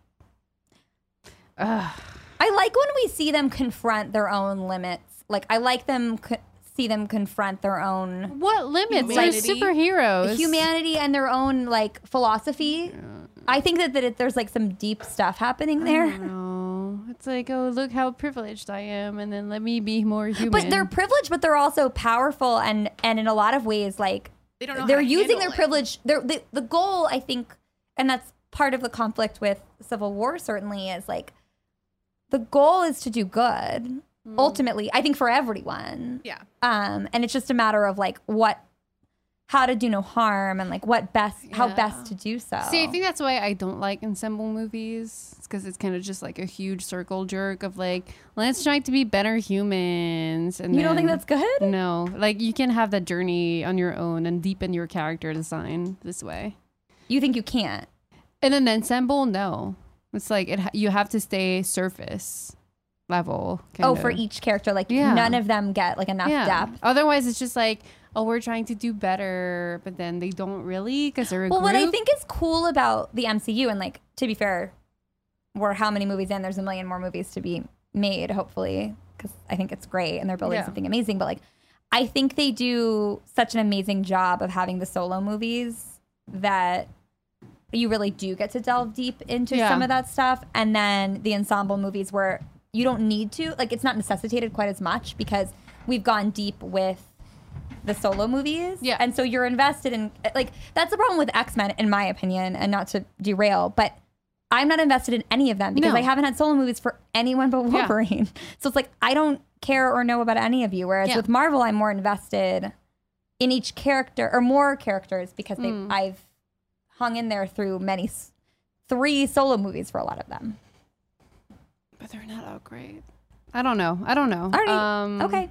ugh.
I like when we see them confront their own limits. Like I like them co- see them confront their own
what limits? They're
Humanity.
superheroes.
humanity and their own like philosophy. I think that, that it, there's like some deep stuff happening there.
No. It's like, oh look how privileged I am and then let me be more human.
But they're privileged, but they're also powerful, and and in a lot of ways, like
They don't know. how
they're
to
using their
handle it.
privilege. They're, the the goal, I think, and that's part of the conflict with civil war. Certainly, is like the goal is to do good. Ultimately, I think for everyone,
Mm-hmm. Yeah.
um, and it's just a matter of like what, how to do no harm, and like what best, how
Yeah.
best to do so.
See, I think that's why I don't like ensemble movies. It's because it's kind of just like a huge circle jerk of like, let's try to be better humans. And
you don't think
then-
that's good.
No, like you can have that journey on your own and deepen your character design this way.
You think you can't.
In an ensemble, no, it's like it. ha- You have to stay surface level. Kind
oh,
of.
for each character, like
Yeah.
none of them get like enough depth.
Otherwise, it's just like, oh, we're trying to do better, but then they don't really because they're a
Well, what I
group.
think is cool about the MCU, and like to be fair, we're how many movies in? There's a million more movies to be made, hopefully, because I think it's great and they're building
Yeah.
something amazing. But like, I think they do such an amazing job of having the solo movies that you really do get to delve deep into
Yeah.
some of that stuff, and then the ensemble movies where you don't need to, like, it's not necessitated quite as much because we've gone deep with the solo movies.
Yeah.
And so you're invested in like that's the problem with X Men, in my opinion, and not to derail, but I'm not invested in any of them because
No.
I haven't had solo movies for anyone but Wolverine. So it's like I don't care or know about any of you. Whereas
Yeah.
with Marvel, I'm more invested in each character or more characters because they
Mm.
I've hung in there through many s- three solo movies for a lot of them.
but they're not all great. I don't know. I don't know.
All right,
Um,
okay.
What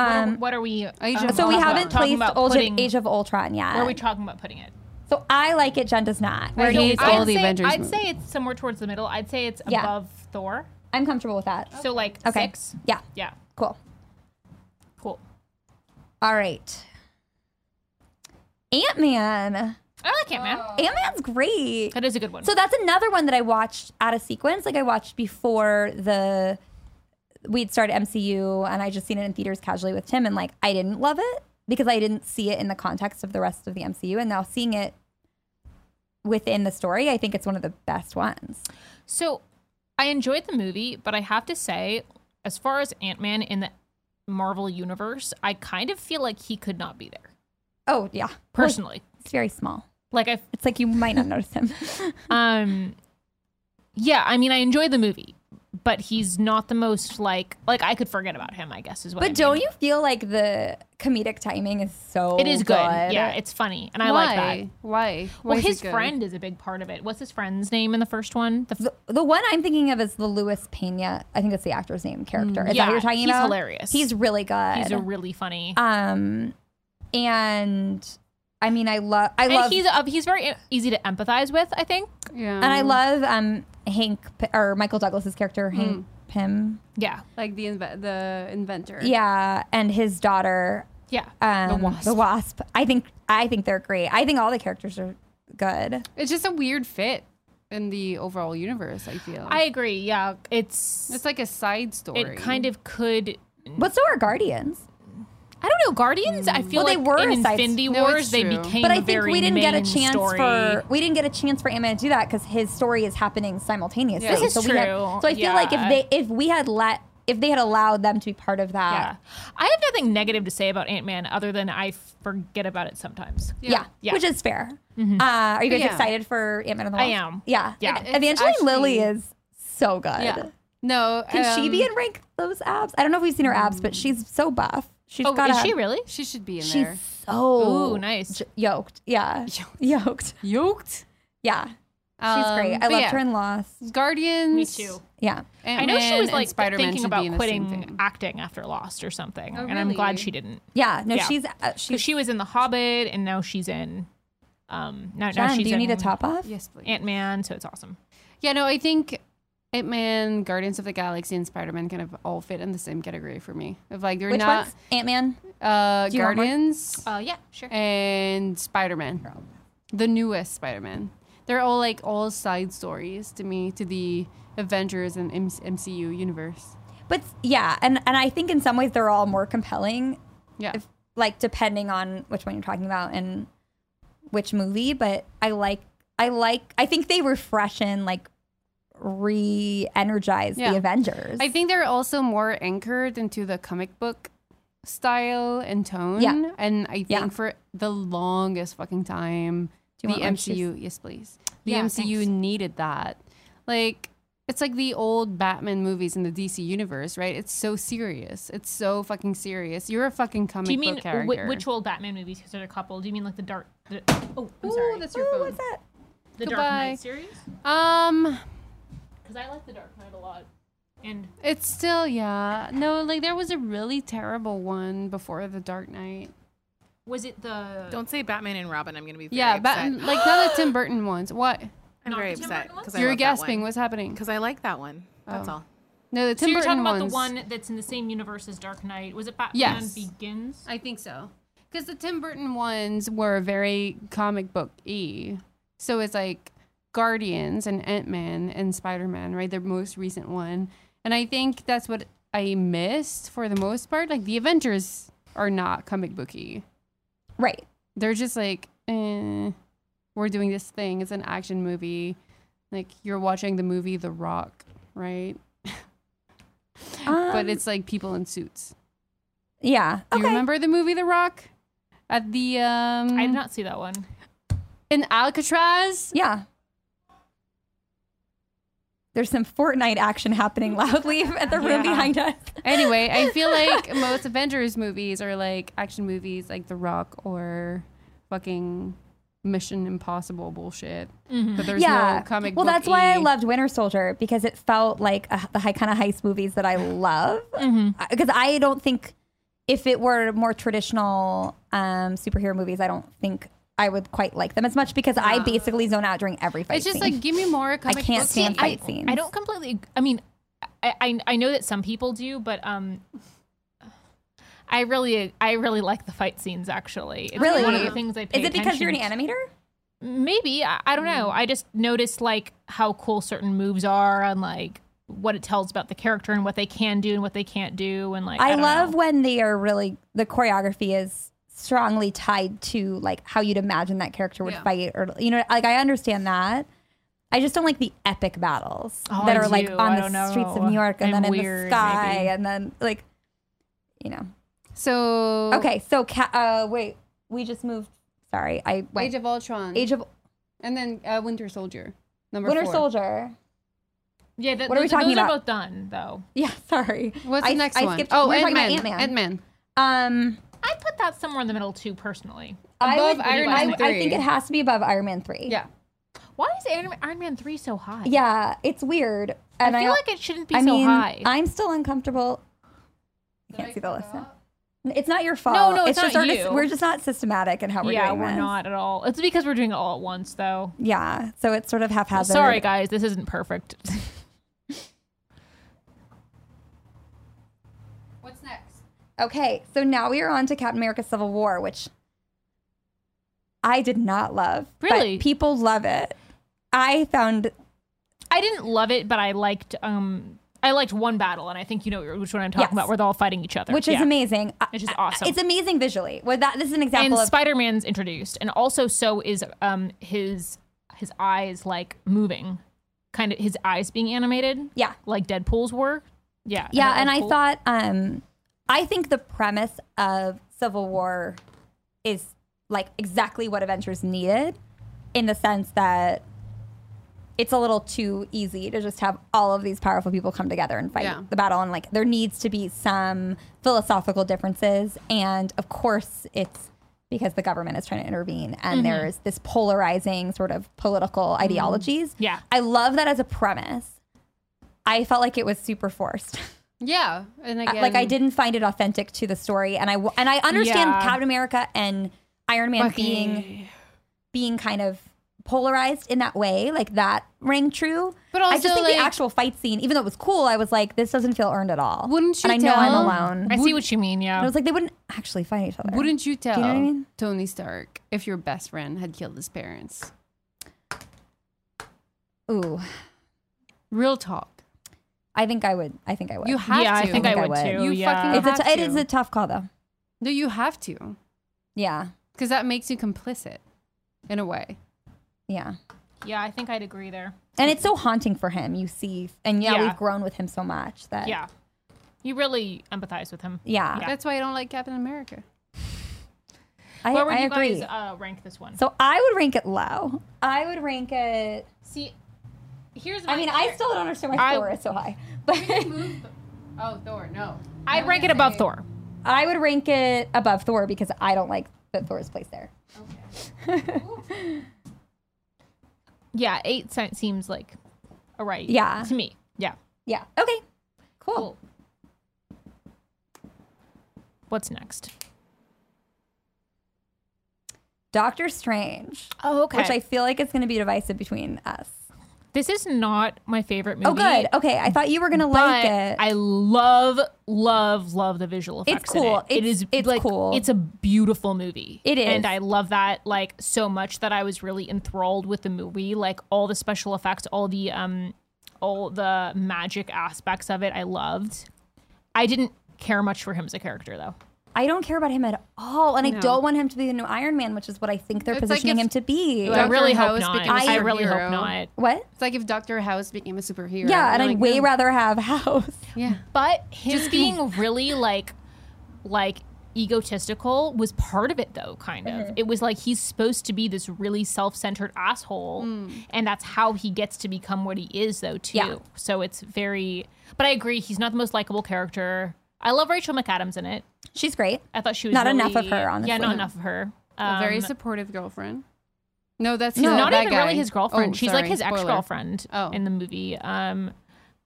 are-
Um,
what are we?
Age of
so we
Ultron.
haven't
talking
placed
about
Ultra-
putting-
Age of Ultron yet.
Where are we talking about putting it?
so I like it. Jen does not.
Where do you
I'd
all the
say,
Avengers
I'd
movies.
say it's somewhere towards the middle. I'd say it's
Yeah.
above Thor.
I'm comfortable with that.
So like
Okay.
six.
Yeah.
Yeah.
Cool.
Cool.
All right. Ant Man.
I like Ant Man.
Ant Man's great.
That is a good one.
So that's another one that I watched out of sequence. Like I watched before the we'd started MCU, and I just seen it in theaters casually with Tim, and like I didn't love it because I didn't see it in the context of the rest of the MCU, and now seeing it within the story, I think it's one of the best ones.
So I enjoyed the movie, but I have to say, as far as Ant Man in the Marvel universe, I kind of feel like he could not be there
Oh yeah,
personally.
Like, it's very small.
Like I,
It's like you might not notice him.
um, yeah, I mean, I enjoyed the movie, but he's not the most like like I could forget about him. I guess is what. I
But
mean.
don't you feel like the comedic timing is so
It is good. Yeah, it's funny, and I
Why?
like that.
Why? Why
Well,
is it
his
good?
friend is a big part of it. What's his friend's name in the first one? The f-
The, the one I'm thinking of is the Louis Pena. I think that's the actor's name character. Is that
Yeah,
what you're talking
he's
about?
hilarious.
He's really good.
he's a really funny.
um, and I mean, I love. I
and
love.
he's uh, he's very easy to empathize with. I think.
Yeah.
and
mm.
I love um Hank P- or Michael Douglas's character Hank Pym.
Yeah.
like the inve- the inventor.
Yeah, and his daughter.
Yeah.
Um,
Wasp.
The wasp. I think. I think they're great. I think all the characters are good.
It's just a weird fit in the overall universe. I feel.
I agree. Yeah, it's,
it's like a side story.
it kind of could.
But so are Guardians.
I don't know. Guardians. I feel
Well, they
like
were
in
a side-
Infinity
No,
Wars
it's
they
true.
became.
But
I
I think we didn't get a chance for we didn't get a chance for Ant-Man to do that because his story is happening simultaneously.
This
is
so We had,
true.
so I feel like if
Yeah.
they if we had let if they had allowed them to be part of
Yeah,
that,
I have nothing negative to say about Ant Man other than I forget about it sometimes.
yeah,
Yeah.
which is fair. Uh, are you guys
Yeah.
excited for Ant-Man and the
I
Wasp?
am.
Yeah,
Yeah.
Like,
It's
Evangeline
actually-
Lilly is so good.
Yeah. No.
Can she be
um,
in rank those abs? I don't know if we've seen her abs, but she's so buff. She's
Oh,
got.
is she really?
She should be in
She's
there.
so
Ooh, nice.
j- yoked. Yeah, yoked.
Yoked. Um,
Yeah, she's great. I
but
loved
yeah.
her in Lost.
Guardians.
Me too.
Yeah.
I know she
Ant-Man
was
and
like
Spider-Man
thinking
should
about
be in the same
quitting
thing.
acting after Lost or something,
Oh,
and I'm glad
really?
she didn't.
Yeah, no,
Yeah.
she's uh,
Because
she's.
she was in The Hobbit, and now she's in. Um, now, now
Jen,
she's
do you
in
need a top off?
Yes, please.
Ant Man, so it's awesome.
Yeah, no, I think Ant Man, Guardians of the Galaxy, and Spider Man kind of all fit in the same category for me. Of like they're
Which
not
ones? Ant Man.
uh,
Do you want more?
Guardians
Uh, yeah, sure.
and Spider Man, the newest Spider Man. They're all like all side stories to me to the Avengers and M- MCU universe.
But yeah, and and I think in some ways they're all more compelling,
Yeah,
if, like depending on which one you're talking about and which movie. But I like I like I think they refresh and like re-energize
Yeah.
the Avengers.
I think they're also more anchored into the comic book style and tone.
Yeah.
And I think
Yeah.
for the longest fucking time,
you
the
want orange
MCU, yes, please. The
Yeah,
MCU
thanks.
needed that. Like, it's like the old Batman movies in the DC universe, right? It's so serious. It's so fucking serious. You're a fucking comic
Do you mean
book
whi-
character.
which old Batman movies? Because there's a couple. Do you mean like the Dark? The, oh, I'm
Ooh,
sorry.
that's your
Ooh,
phone.
what's that?
the Dark
goodbye.
Knight series.
Um,
Because I like the Dark Knight a lot. And
it's still yeah. No, like there was a really terrible one before The Dark Knight.
was it the
Don't say Batman and Robin. I'm going to be very
Yeah,
upset.
Batman, like not the Tim Burton ones. What?
I'm
Not
very
the Tim
upset
Burton one?
because
You're gasping. What's happening?
because I like that one. That's
Oh.
all.
No, the
So
Tim
you're
Burton
talking about
ones-
the one that's in the same universe as Dark Knight. Was it Batman
Yes. Mm-hmm.
Begins?
I think so. Because the Tim Burton ones were very comic book y. So it's like Guardians and Ant Man and Spider Man, right? Their most recent one. And I think that's what I missed for the most part. Like the Avengers are not comic booky.
Right.
They're just like, eh, we're doing this thing. It's an action movie. Like you're watching the movie The Rock, right? but
Um,
it's like people in suits.
yeah.
Do
Okay.
you remember the movie The Rock? At the um
I did not see that one.
in Alcatraz?
Yeah. There's some Fortnite action happening loudly at the room
Yeah.
behind us.
Anyway, I feel like most Avengers movies are like action movies like The Rock or fucking Mission Impossible bullshit. But there's no comic
well,
book
that's why I
E.
loved Winter Soldier because it felt like a, the high, kind of heist movies that I love. Because
Mm-hmm.
I don't think if it were more traditional um, superhero movies, I don't think I would quite like them as much because I basically zone out during every fight.
Ah. It's just
scene.
like give me more
I
comic
can't
book E.
stand
I,
fight scenes.
I don't completely. I mean, I, I I know that some people do, but um, I really I really like the fight scenes. Actually, it's
Really?
one of the things I pay
Is it because you're an
attention to.
animator?
Maybe I, I don't
Mm.
know. I just noticed like how cool certain moves are and like what it tells about the character and what they can do and what they can't do and like
I,
don't
love
know.
when they are really the choreography is strongly tied to like how you'd imagine that character would
Yeah.
fight or you know like I understand that. I just don't like the epic battles
Oh,
that
I
are like
do.
on
I
the
don't know.
streets of New York and
I'm
then in
weird,
the sky
maybe.
and then like you know.
So
Okay, so ca- uh wait, we just moved sorry. I went
Age of Ultron.
Age of
and then uh, Winter Soldier. Number
Winter
four.
Soldier.
Yeah, that,
What are we
those-
talking
those
about?
are both done though.
Yeah, sorry.
What's the
I-
next
I
one?
skipped-
oh,
we were
Ant
talking about
Man.
Ant-Man.
Ant Man.
Um
I put that somewhere in the middle too, personally.
I,
Above
would-
Iron
I-
Man
I
3.
think it has to be above Iron Man 3.
Yeah.
Why is Iron, Iron Man three so high?
Yeah, it's weird.
I
And
feel like it shouldn't be
I
so
mean,
high.
I'm still uncomfortable. I can't see the list now. It's not your fault.
No, no, it's
just
not
our-
you.
we're just not systematic in how we're
yeah,
doing
we're
this.
not at all. It's because we're doing it all at once, though.
Yeah, so it's sort of haphazard.
Sorry, guys, this isn't perfect.
What's next?
Okay, so now we are on to Captain America: Civil War, which I did not love. but
Really?
people love it. I found
I didn't love it, but I liked um I liked one battle, and I think you know which one I'm talking
Yes.
about, where they're all fighting each other,
which is
Yeah.
amazing. I-
Which is
I-
awesome.
It's amazing visually. Well, that this is an
And
example of
Spider Man's introduced, and also so is um his his eyes like moving, kind of his eyes being animated,
yeah.
like Deadpool's were. Yeah,
yeah
that
and
was
i
cool.
thought um i think the premise of civil war is like exactly what avengers needed in the sense that it's a little too easy to just have all of these powerful people come together and fight
Yeah.
the battle and like there needs to be some philosophical differences and of course it's because the government is trying to intervene
Mm-hmm.
and there's this polarizing sort of political ideologies
Yeah.
i love that as a premise i felt like it was super forced
Yeah. And
I-
again,
Uh, like I didn't find it authentic to the story, and I w- and I understand
Yeah.
Captain America and Iron Man being being kind of polarized in that way, like that rang true.
But
I
also,
just think
like-
the actual fight scene, even though it was cool, I was like, this doesn't feel earned at all.
Wouldn't you
And I know I'm
tell?
alone.
I
And
see what you mean. Yeah,
I was like, they wouldn't actually fight each other.
Wouldn't you tell
know what I mean?
Tony Stark if your best friend had killed his parents?
Ooh,
Real talk.
I think I would. I think I would.
You have
yeah,
to.
I think I,
I
would,
would.
too.
You
yeah.
fucking
it's a
have
t- it
to.
is a tough call though.
No, you have to.
Yeah,
Because that makes you complicit in a way.
yeah.
Yeah, I think I'd agree there.
And it's so haunting for him. You see, and yeah,
Yeah.
we've grown with him so much that
Yeah. You really empathize with him.
yeah.
Yeah.
That's why I don't like Captain America.
I,
Where would
I
you
agree.
guys uh, rank this one?
So I would rank it low. I would rank it.
See, here's my,
I mean, I still don't understand why
I-
Thor is so high, but
Oh, Thor, no.
I'd rank it above Thor.
I would rank it above Thor because I don't like that Thor is placed there.
Yeah, eight se- seems like all right.
Yeah. Oh.
to me. Yeah.
Yeah. Okay. Cool.
Cool. What's next?
Doctor Strange,
Oh, okay.
which I feel like it's going to be divisive between us.
this is not my favorite movie.
Oh, good. Okay. I thought you were going to
But
like it.
I love, love, love the visual
It's
effects.
cool.
In it. it
It's-
is
it's
like,
cool.
It's a beautiful movie.
It is.
and I love that like so much that I was really enthralled with the movie. Like all the special effects, all the um, all the magic aspects of it. I loved. I didn't care much for him as a character though.
I don't care about him at all, and I
No.
don't want him to be the new Iron Man, which is what I think they're
It's like
positioning
if-
him to be.
I
Doctor
really hope
House
not.
became
a
I really hope
superhero.
not.
What?
It's like if Dr. House became a superhero.
Yeah, and
You're
I'd
like,
way
no.
rather have House.
Yeah.
But him just being really like, like egotistical was part of it though kind of
Mm-hmm.
it was like he's supposed to be this really self-centered asshole and that's how he gets to become what he is though
Mm.
too
Yeah.
so it's very but i agree he's not the most likable character i love rachel mcadams in it
She's great.
i thought she was
Not enough of
really-
her,
yeah
honestly.
not enough of her
a very
Um,
supportive girlfriend. No, that's
no,
the-
not
that
even
guy.
really his girlfriend.
Oh,
She's like
sorry,
his
spoiler.
ex-girlfriend
Oh.
in the movie. Um,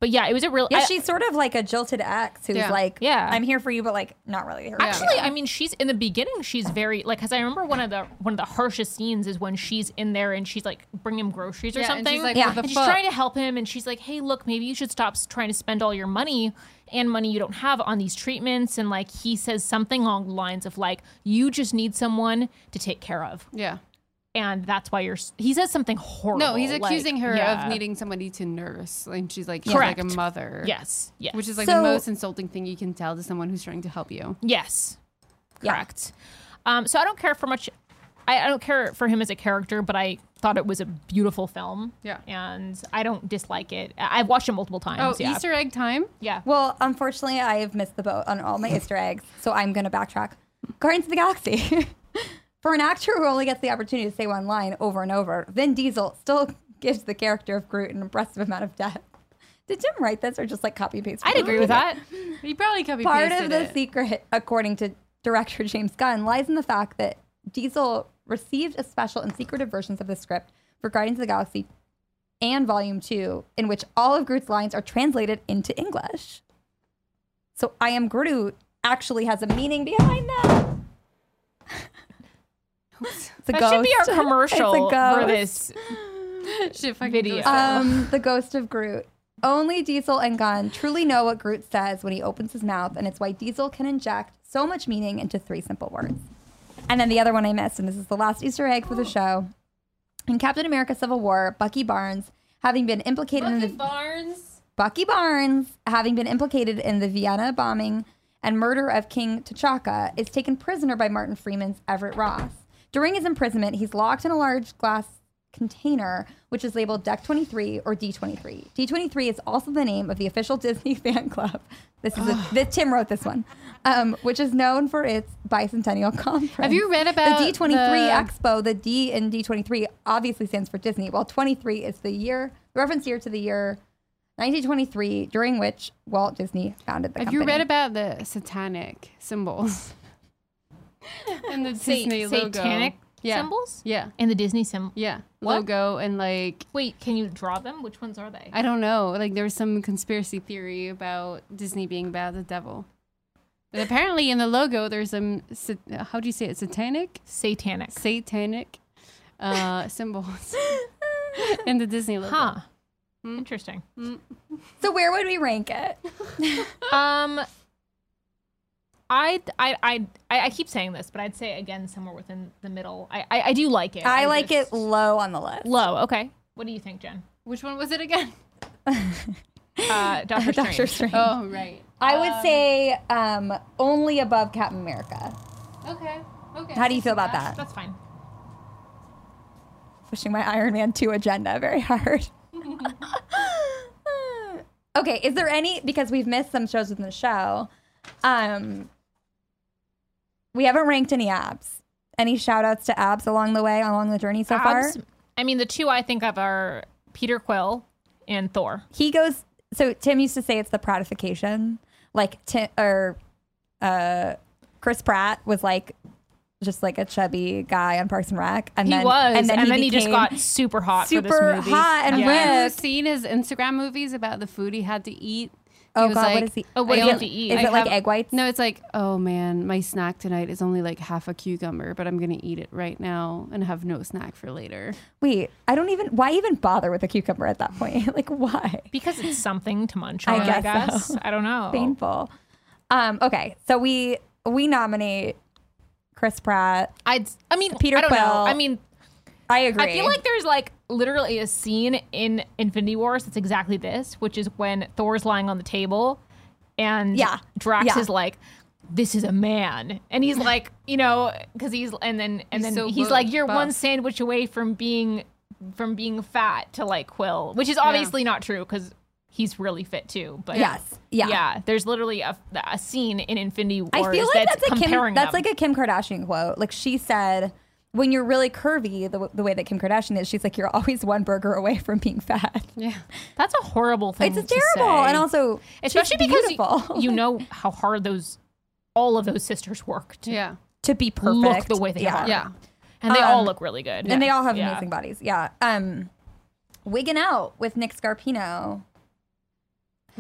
but yeah, it was a real.
Yeah,
I-
she's sort of like a jilted ex who's
Yeah.
like,
Yeah.
I'm here for you, but like not really here. for you.
actually. I mean, she's in the beginning. She's very like because I remember one of the one of the harshest scenes is when she's in there and she's like bringing him groceries or
Yeah,
something.
And she's like,
Yeah.
"What the
and she's
fuck?"
trying to help him and she's like hey look maybe you should stop s- trying to spend all your money and money you don't have on these treatments and like he says something along the lines of like you just need someone to take care of
yeah.
and that's why you're s- he says something horrible
No, he's
like,
accusing her
yeah.
of needing somebody to nurse, and she's like, she's like
Correct.
a mother.
yes yes
Which is like
So-
the most insulting thing you can tell to someone who's trying to help you.
Yes.
Yeah.
Correct. Um, so I don't care for much. I, I don't care for him as a character, but I thought it was a beautiful film.
Yeah.
And I don't dislike it. I- I've watched it multiple
Oh,
times. yeah.
Easter egg time.
Yeah.
Well, unfortunately, I have missed the boat on all my Easter eggs, so I'm going to backtrack. Guardians of the Galaxy. For an actor who only gets the opportunity to say one line over and over, Vin Diesel still gives the character of Groot an impressive amount of depth. Did Jim write this or just like copy and paste?
I'd agree with that.
You probably could be
Part of the secret, according to director James Gunn, lies in the fact that Diesel received a special and secretive versions of the script for Guardians of the Galaxy and Volume 2, in which all of Groot's lines are translated into English. So I am Groot actually has a meaning behind that. It's a
That should be
ghost. It's a
our commercial for
ghost.
this.
Shit, fucking
Video.
goes-
Um, the ghost of Groot. Only Diesel and Gunn truly know what Groot says when he opens his mouth, and it's why Diesel can inject so much meaning into three simple words. And then the other one I missed, and this is the last Easter egg for the show. In Captain America Civil War, Bucky Barnes, having been implicated in the
Barnes.
Bucky Barnes, having been implicated in the Vienna bombing and murder of King T'Chaka, is taken prisoner by Martin Freeman's Everett Ross. During his imprisonment, he's locked in a large glass container, which is labeled Deck 23 or D23. D23 is also the name of the official Disney fan club. This is a, this, Tim wrote this one, um, which is known for its bicentennial conference.
Have you read about
the D23
the-
Expo? The D in D23 obviously stands for Disney, while 23 is the year the reference year to the year 1923, during which Walt Disney founded the
Have
company.
you read about the satanic symbols and the
Sa-
Disney logo?
satanic
Yeah.
symbols?
Yeah,
And the Disney symbol.
yeah.
What?
Logo and like
Wait, can you draw them? Which ones are they?
I don't know. Like there was some conspiracy theory about Disney being about the devil. But apparently, in the logo, there's some sa- how do you say it? Satanic,
Satanic.
satanic uh, symbols in the Disney logo.
Huh.
Hmm?
Interesting.
so where would we rank it?
Um, I, I, I, I I keep saying this, but I'd say again somewhere within the middle. I, I, I do like it.
I like
just-
it low on the list.
low. Okay. What do you think, Jen?
Which one was it again?
Uh, Doctor Strange.
Doctor Strange.
Oh right.
I would say um, only above Captain America.
Okay. Okay.
How do you feel about that?
That's fine.
Pushing my Iron Man 2 agenda very hard. okay, is there any because we've missed some shows within the show? Um, we haven't ranked any abs. Any shout outs to abs along the way, along the journey so far?
Abs- I mean, the two I think of are Peter Quill and Thor.
he goes so tim used to say it's the pratification like tim or uh chris pratt was like just like a chubby guy on parks and rec and
He
then
was, and then, he, just
became
got super hot for this
super
movie.
hot and
Yeah.
Have you
ripped
seen his Instagram movies about the food he had to eat?
oh
was
god what
like-
is he
Oh, what
I
do you have
don't-
to eat?
is
I
it like
have-
egg whites
No, it's like, oh man, my snack tonight is only like half a cucumber, but I'm gonna eat it right now and have no snack for later.
wait i don't even why even bother with a cucumber at that point like why
Because it's something to munch
I
on, I guess. I,
guess so.
don't know.
painful um okay so we we nominate chris pratt
I'd, I mean,
Peter
I don't
Quill.
know. I mean,
i agree
I feel like there's like literally a scene in Infinity Wars that's exactly this, which is when Thor's lying on the table and
Yeah.
Drax
Yeah.
is like, this is a man. And he's like, you know, because he's, and then, and
He's
then
so
he's
bu-
like, you're
buff.
one sandwich away from being, from being fat to like Quill, which is obviously not true because he's really fit too. But
Yes. Yeah.
yeah. There's literally a, a scene in Infinity War
I feel like
that's,
that's, a Kim.
comparing
That's
them.
like a Kim Kardashian quote. Like she said, "When you're really curvy, the, w- the way that Kim Kardashian is, she's like you're always one burger away from being fat.
Yeah.
that's a horrible thing.
It's
to
terrible,
say.
and also
especially
she's
because
beautiful.
You, you know how hard those all of those sisters worked.
Yeah.
to be perfect,
Look the way they
yeah.
are.
Yeah.
And they all
Um,
look really good.
and they all have
Yeah.
amazing bodies. Yeah. Um, wigging out with Nick Scarpino.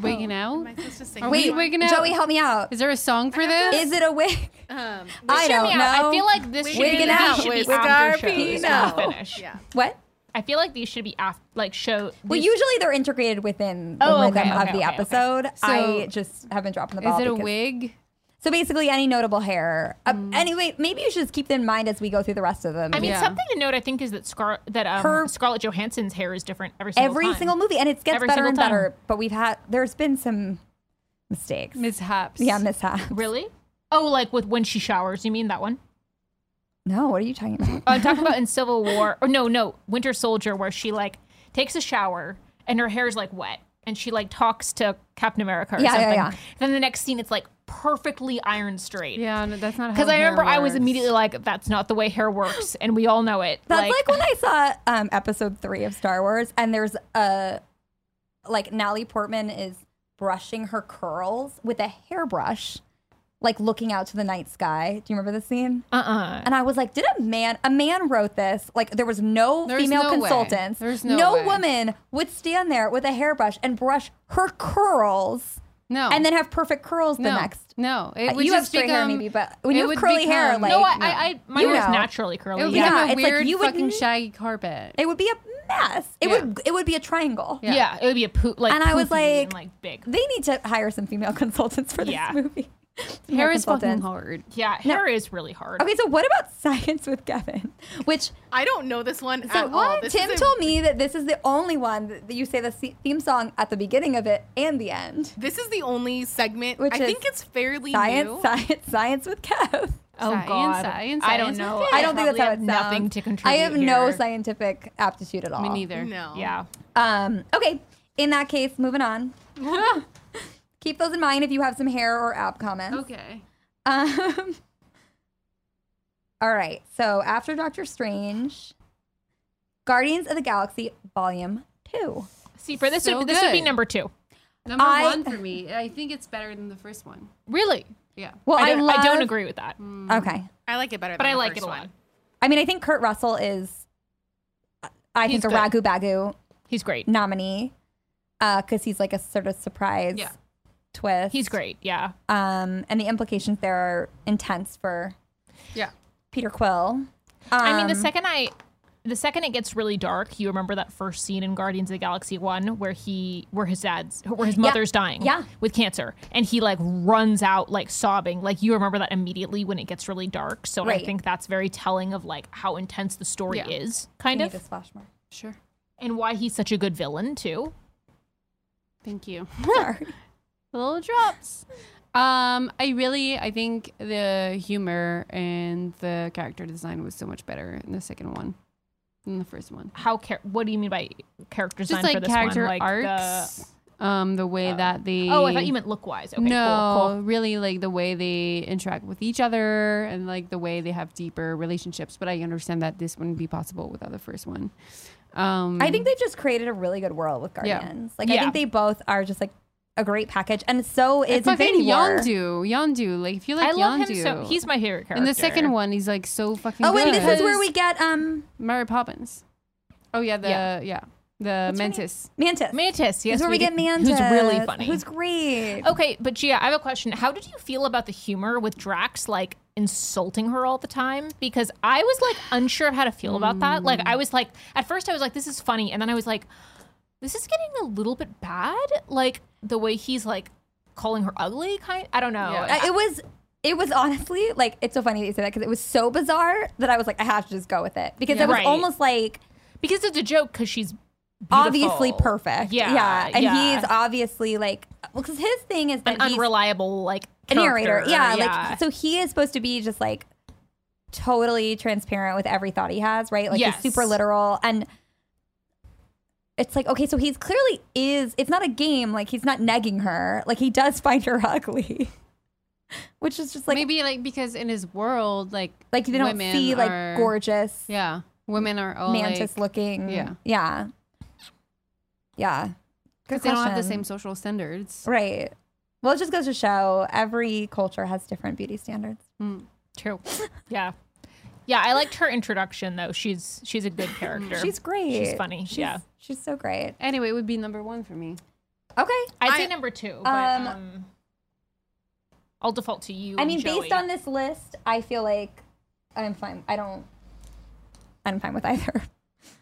Wigging out?
Oh.
Am I supposed to sing?
Are we
Wait,
this one?
wigging out?
Joey, help me out.
Is there a song for this?
Is it a wig?
Um,
I
Hear me
don't
out.
know.
I feel like this should
Wigging
be, these
out
should
with
be after
Scarpino.
shows not finish.
yeah.
what?
I feel like these should be after like show.
Well,
these-
usually they're integrated within the
Oh, okay,
rhythm of
okay,
the
okay, okay.
episode. I
So-
just have been dropping the ball.
Is it a
because-
wig?
So basically, any notable hair. Uh, Anyway, maybe you should just keep them in mind as we go through the rest of them.
Mm. I mean,
Yeah.
something to note, I think, is that Scar that um,
Her-
Scarlett Johansson's hair is different every single
every
time.
single movie, and it gets
Every
better
single
and
time.
better. But we've had there's been some mistakes.
Mishaps.
yeah, mishaps.
Really? Oh, like with when she showers. You mean that one? Uh,
No, what are you talking about?
I'm talking about in Civil War, or no, no, Winter Soldier, where she like takes a shower and her hair's like wet, and she like talks to Captain America or
Yeah, yeah,
something.
yeah.
Then the next scene, it's like perfectly iron straight.
Yeah, no, that's not how
Because
Oh,
I
hair
remember I was
works.
immediately like, "That's not the way hair works," and we all know it.
That's like, when I saw um, episode three of Star Wars, and there's a like Natalie Portman is brushing her curls with a hairbrush, like looking out to the night sky. Do you remember the scene?
uh uh
And I was like, did a man, a man wrote this? Like, there was no
There's
female
no way.
consultants.
There's no way.
woman would stand there with a hairbrush and brush her curls
No.
and then have perfect curls the
Oh. no.
next.
No.
Uh,
It would
you have
just
straight hair,
become-
maybe, but when you
it
have
would
curly hair,
become-
like-
No, I, I, I my
You
hair is
know.
naturally
It would
curly.
Yeah,
become a
it's like
weird
you would
fucking
n-
shaggy carpet.
It would be a mess. It
Yeah.
would it would be a triangle.
Yeah. it would be a poop. Like
And I was
poofy and,
like-
like big.
They need to hire some female consultants for this
Yeah.
movie. Female
hair is fucking
consultants.
hard.
Yeah, hair is really hard.
Okay, so what about science with Kevin? Which
I don't know this one
So
at all. This
Tim
is a-
told me that this is the only one that you say the se- theme song at the beginning of it and the end.
This is the only segment.
Which
I
is
think it's fairly
Science,
new.
science, science with Kev.
Oh
Science,
God,
science,
I don't
science.
know.
I don't think that's
probably
how
have
it sounds.
Nothing to contribute.
I have no
here.
scientific aptitude at all.
Me neither.
No.
Yeah.
Um, okay, in that case, moving on. Keep those in mind if you have some hair or ab comments.
Okay.
Um, all right. So after Doctor Strange, Guardians of the Galaxy Volume Two.
See, for this,
So
would, this would be
good.
number two.
Number
I-
one for me. I think it's better than the first one.
Really?
Yeah.
Well,
I
I,
don't, I
love, Mm,
don't agree with that,
Okay.
I like it better.
but
than
I
the
like it
first
a lot.
one.
I mean, I think Kurt Russell is, I
He's
think, a ragu
good.
bagu
He's great.
nominee because he's like a sort of surprise
Yeah.
twist.
He's great. Yeah.
Um, and the implications there are intense for
Yeah.
Peter Quill.
I mean, the
Um,
second I, the second it gets really dark, you remember that first scene in Guardians of the Galaxy One where he, where his dad's, where his mother's dying,
Yeah.
with cancer, and he like runs out like sobbing. Like you remember that immediately when it gets really dark. So
Right.
I think that's very telling of like how intense the story
Yeah.
is, kind
I
of,
need this flash more.
Sure.
and why he's such a good villain too.
Thank you.
Sorry.
Little drops. Um, I really, I think the humor and the character design was so much better in the second one than the first one.
How char- What do you mean by character design
Just like
for this
character
one? Like the-
arcs. um, the way that they.
oh, I thought you meant look wise. Okay,
no,
cool, cool.
really, like the way they interact with each other and like the way they have deeper relationships. But I understand that this wouldn't be possible without the first one. Um,
I think they just created a really good world with
Yeah.
Guardians. Like, I
Mm. Yeah.
think they both are just like a great package, and so is
it's fucking
Infinity War.
Yondu. Yondu, like if you like
I love
Yondu,
him so. He's my favorite character.
in the second one, he's like so fucking.
Oh, and
good.
this is where we get um
Mary Poppins. Oh yeah, the yeah,
Yeah.
the
What's her name?
mantis.
Mantis.
Mantis.
This
Yes,
is where we get
did-
Mantis,
Who's really funny. Oh,
who's great.
okay, but Gia, I have a question. How did you feel about the humor with Drax, like insulting her all the time? Because I was like unsure of how to feel about that. Like
Mm.
I was like, at first I was like, this is funny, and then I was like, this is getting a little bit bad. Like the way he's like calling her ugly. Kind. I don't know.
Yeah.
Uh, it was it was honestly like it's so funny that you say that because it was so bizarre that I was like I have to just go with it because
Yeah.
it was
Right.
almost like
because it's a joke. Because she's
obviously
beautiful.
perfect.
Yeah,
yeah, and
yeah.
he's obviously like because his thing is
an
that he's
unreliable like
a narrator.
character.
Yeah, like so he is supposed to be just like totally transparent with every thought he has, right? Like
Yes.
he's super literal and. it's like okay, so he's clearly is. It's not a game. Like he's not negging her. Like he does find her ugly, which is just like
Maybe like because in his world, like
like they don't
women
see
are-
like gorgeous
Yeah, women are all
mantis
like,
looking.
yeah.
yeah, yeah. Good
because they don't have the
question.
same social standards.
Right. Well, it just goes to show every culture has different beauty standards.
Hmm.
True. Yeah. Yeah, I liked her introduction though. She's she's a good character.
She's great.
She's funny.
She's,
yeah.
She's so great.
Anyway, it would be number one for me.
Okay.
I'd
I-
say number two, but
Um,
um, I'll default to you.
I mean,
and
based
Joey.
on this list, I feel like I'm fine. I don't. I'm fine with either.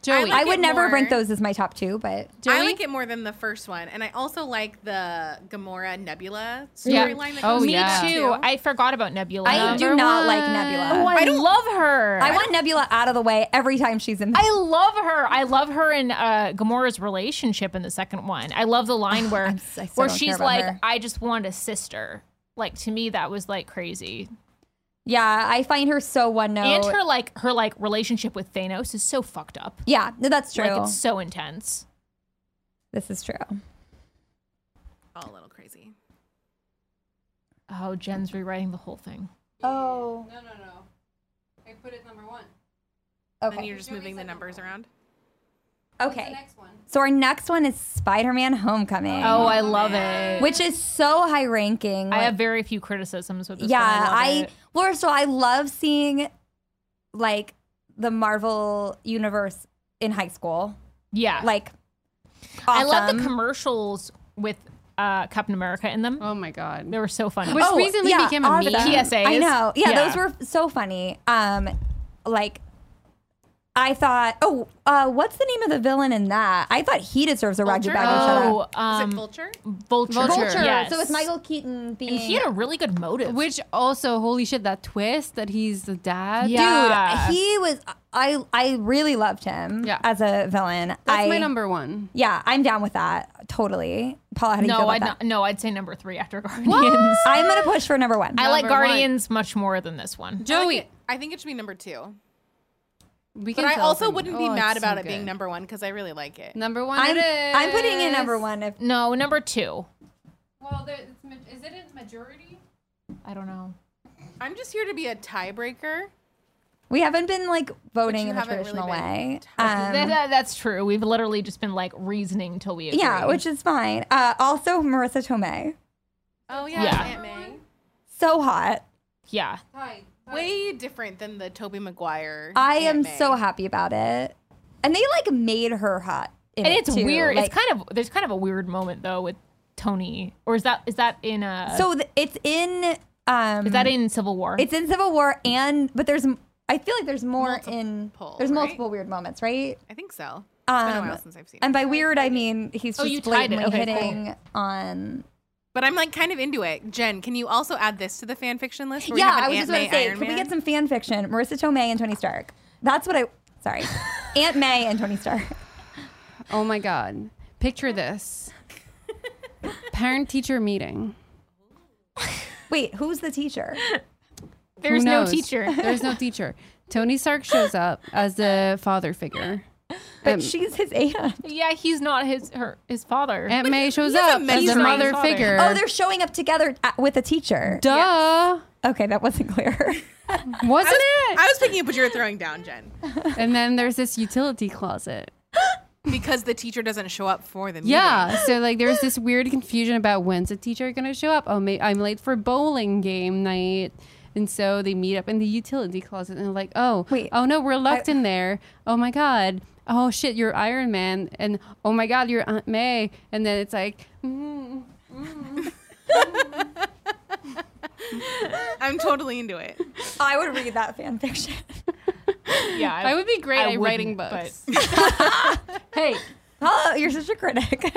Joey,
like
I would
it
never
more-
rank those as my top two, but
I
Joey?
like it more than the first one, and I also like the Gamora Nebula
Yeah.
storyline. that
Oh,
goes
me
yeah.
with it,
too. I forgot about Nebula.
I do
Number
not like
one.
Nebula.
oh, I,
I don't-
love her.
I want Nebula out of the way every time she's in.
I love her. I love her in uh, Gamora's relationship in the second one. I love the line where
I'm s- I still
where
don't care
she's
about
like,
her.
"I just want a sister." Like to me, that was like crazy.
yeah, I find her so one note.
And her like her like relationship with Thanos is so fucked up.
yeah, no, that's true.
Like it's so intense.
this is true.
all a little crazy.
Oh, Jen's rewriting the whole thing.
Oh,
no, no, no. I put it number one.
Then
okay,
you're just moving the numbers around.
okay.
one.
So our next one is Spider-Man: Homecoming.
Oh, I love it.
which is so high ranking.
I
like-
have very few criticisms with this.
yeah,
one. I,
I,
love it.
well, first of all, I love seeing like the Marvel universe in high school.
yeah,
Like,
I love the
awesome.
commercials with uh, Captain America in them.
Oh my god.
They were so funny.
Which recently
Oh, yeah,
became a
all
meme.
of them.
PSAs.
I know. Yeah,
Yeah.
those were so funny. Um, like. I thought, oh, uh, what's the name of the villain in that? I thought he deserves a Roger
Vulture?
Bag of Shut Up.
oh,
Is
um,
it Vulture?
Vulture.
Vulture.
Vulture.
Yes.
So it's Michael Keaton being.
And he had a really good motive.
Which also, holy shit, that twist that he's the dad.
Yeah.
dude, he was. I I really loved him
Yeah.
as a villain.
That's
I,
my number one.
Yeah, I'm down with that. Totally. Paula, how do you feel
no,
about
I'd
that?
not, no, I'd say number three after Guardians.
I'm gonna push for number one.
I like
Number one.
Guardians much more than this one.
I like
Joey,
it. I think it should be number two.
we
But
can
I
tell
also
them-
wouldn't be
Oh,
mad
it's
about
so
it being
good.
number one because I really like it.
number one.
I'm,
it
I'm putting in
is.
number one. If
No, number two.
Well, there, it's, ma- is it a majority?
I don't know.
I'm just here to be a tiebreaker.
we haven't been like voting
you
in the
haven't really
traditional
been
way,
touched.
That-
um,
that- that's true. We've literally just been like reasoning till we. Agree.
yeah, which is fine. Uh, also, Marissa Tomei,
Oh yeah,
Yeah.
Aunt May.
so hot.
yeah,
Way different than the Toby Maguire.
I
Aunt
am
May.
so happy about it, and they like made her hot. in
and
it,
it's
too.
weird.
Like,
it's kind of there's kind of a weird moment though with Tony, or is that is that in a
so. Th- it's in. Um,
is that in Civil War?
It's in Civil War, and but there's. I feel like there's more in.
Multiple,
There's
right?
multiple weird moments, right?
I think so. It's been a
Um,
while since I've seen
And
it.
by weird, I mean he's
Oh,
just
you tied it.
blatantly
Okay, cool.
hitting on.
But I'm like kind of into it. Jen, can you also add this to the fan fiction list? where we
yeah,
have an
I was
Aunt
just going
May
to say,
Iron
can we
Man?
get some fan fiction? Marissa Tomei and Tony Stark. That's what I. Sorry, Aunt May and Tony Stark.
Oh my god. Picture this. Parent teacher meeting.
Wait, who's the teacher?
there's
Who
no
knows?
teacher.
There's no teacher. Tony Stark shows up as the father figure.
But
Um,
she's his aunt.
yeah, he's not his her his father.
Aunt May shows
has a
up as the
mentoring
mother
father.
figure.
Oh, they're showing up together at, with a teacher.
Duh.
Okay, that wasn't clear.
Wasn't it?
I was picking up what you were throwing down, Jen,
and then there's this utility closet.
because the teacher doesn't show up for the meeting.
Yeah. So like there's this weird confusion about when's the teacher gonna show up. Oh, may- I'm late for bowling game night. And so they meet up in the utility closet and they're like, oh,
Wait.
oh no, we're locked in there. Oh my god. Oh shit, you're Iron Man, and oh my god, you're Aunt May. And then it's like, mm,
I'm totally into it.
I would read that fan fiction.
yeah,
I would be great
I
at writing
wouldn't,
books.
hey, oh, you're such a critic.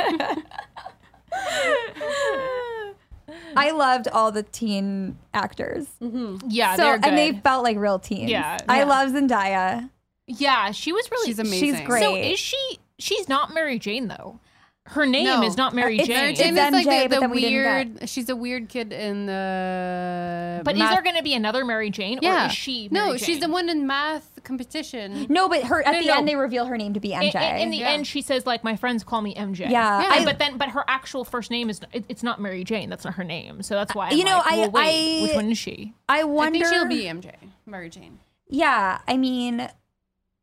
I loved all the teen actors.
but- yeah,
so
they're good.
and they felt like real teens.
Yeah.
I
Yeah.
love Zendaya.
yeah, she was really
She's amazing.
She's great.
So is she? She's not Mary Jane though. Her name
No.
is not Mary
It's
Jane.
Mary Jane.
Jane is like
MJ,
the,
but
the
that we didn't get.
weird. She's a weird kid in the.
but
math-
is there going to be another Mary Jane,
Yeah.
or is she?
no,
Mary
she's the
Jane?
one in math competition.
No, but her at
No,
the
no.
end they reveal her name to be
In,
MJ.
in- in the
Yeah.
end, she says like my friends call me MJ.
Yeah,
Yeah.
And-
I-
but then, but her actual first name is it, it's not Mary Jane. That's not her name. So
Uh,
that's why. I'm
You know,
like,
I-
well, wait,
I-
which one is she?
I wonder.
I think she'll be MJ, Mary Jane.
Yeah, I mean,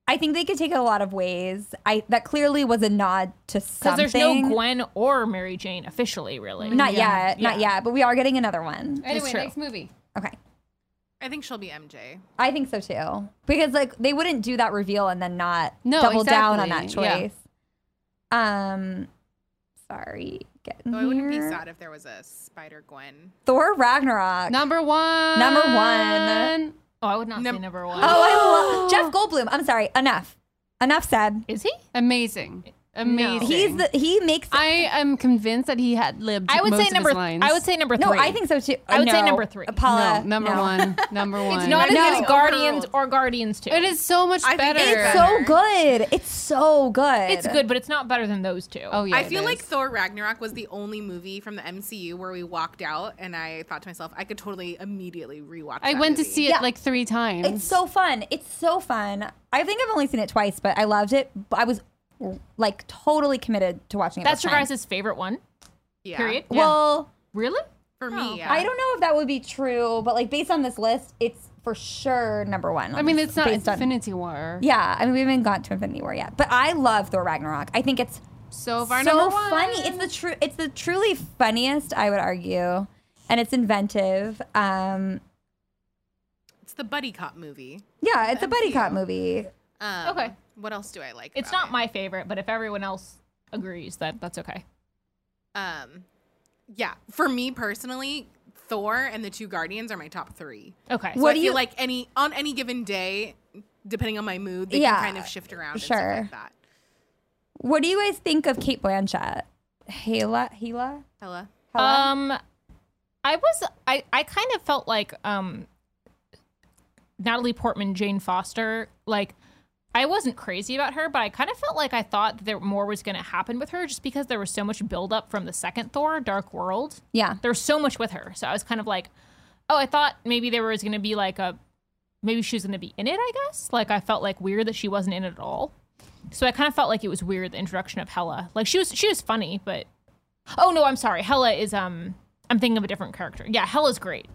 I think they could take it a lot of ways. I that clearly was a nod to
Because
something.
there's no Gwen or Mary Jane officially,
Mm.
really.
Not
Yeah,
yet, not
yeah.
yet. But we are getting another one.
Anyway,
true.
next movie.
Okay,
I think she'll be MJ.
I think so too. Because like they wouldn't do that reveal and then not
No,
double down on that
exactly, yeah.
choice. Um, sorry, getting
Though I wouldn't be
here.
sad if there was a Spider Gwen.
Thor Ragnarok.
Number one.
Number one.
Oh, I would not
Num-
say number one.
Oh, I love Jeff Goldblum. I'm sorry. Enough. Enough said.
Is he?
Amazing. Amazing.
He's the he makes.
I am convinced that he had lived.
I would
most
say
of
number.
His lines.
I would say number
no,
three.
I think so too.
I would say
No.
number three.
Paula,
no. Number
no.
one. Number one.
it's not as
No.
good as Guardians or Guardians Two.
It is so much
I think
better.
It's
better.
so good. It's so good.
It's good, but it's not better than those two.
oh yeah.
I
it
feel
is.
like Thor Ragnarok was the only movie from the MCU where we walked out and I thought to myself, I could totally immediately rewatch.
I
that
went to
movie.
see it
Yeah.
like three times.
It's so fun. It's so fun. I think I've only seen it twice, but I loved it. But I was like totally committed to watching it.
That's
this
your
time.
guys' favorite one.
Yeah.
Period.
Well,
Really?
For
Oh.
me, yeah.
I don't know if that would be true, but like based on this list, it's for sure number one. on
I mean,
this-
it's not
based on-
Infinity War.
Yeah, I mean, we haven't got to Infinity War yet, but I love Thor Ragnarok. I think it's
So far,
so
number one.
funny. It's the true. It's the truly funniest, I would argue, and it's inventive. Um,
It's the buddy cop movie.
yeah, it's a buddy cop movie.
Um,
Okay.
What else do I like?
It's
about
not my favorite, but if everyone else agrees, that that's okay.
it? Um, yeah. For me personally, Thor and the two Guardians are my top three.
Okay.
So
What
I
do
feel
you-
like any on any given day, depending on my mood, they
Yeah,
can kind of shift around. and stuff
sure.
like that.
What do you guys think of Kate Blanchett? Hela, Hela,
Hella.
Hela?
Um, I was I I kind of felt like um, Natalie Portman, Jane Foster, like. I wasn't crazy about her, but I kind of felt like I thought that there more was going to happen with her just because there was so much buildup from the second Thor, Dark World.
yeah.
There was so much with her. So I was kind of like, oh, I thought maybe there was going to be like a, maybe she was going to be in it, I guess. Like I felt like weird that she wasn't in it at all. So I kind of felt like it was weird the introduction of Hella. Like she was, she was funny, but oh no, I'm sorry. Hella is, um, I'm thinking of a different character. Yeah, Hella's great.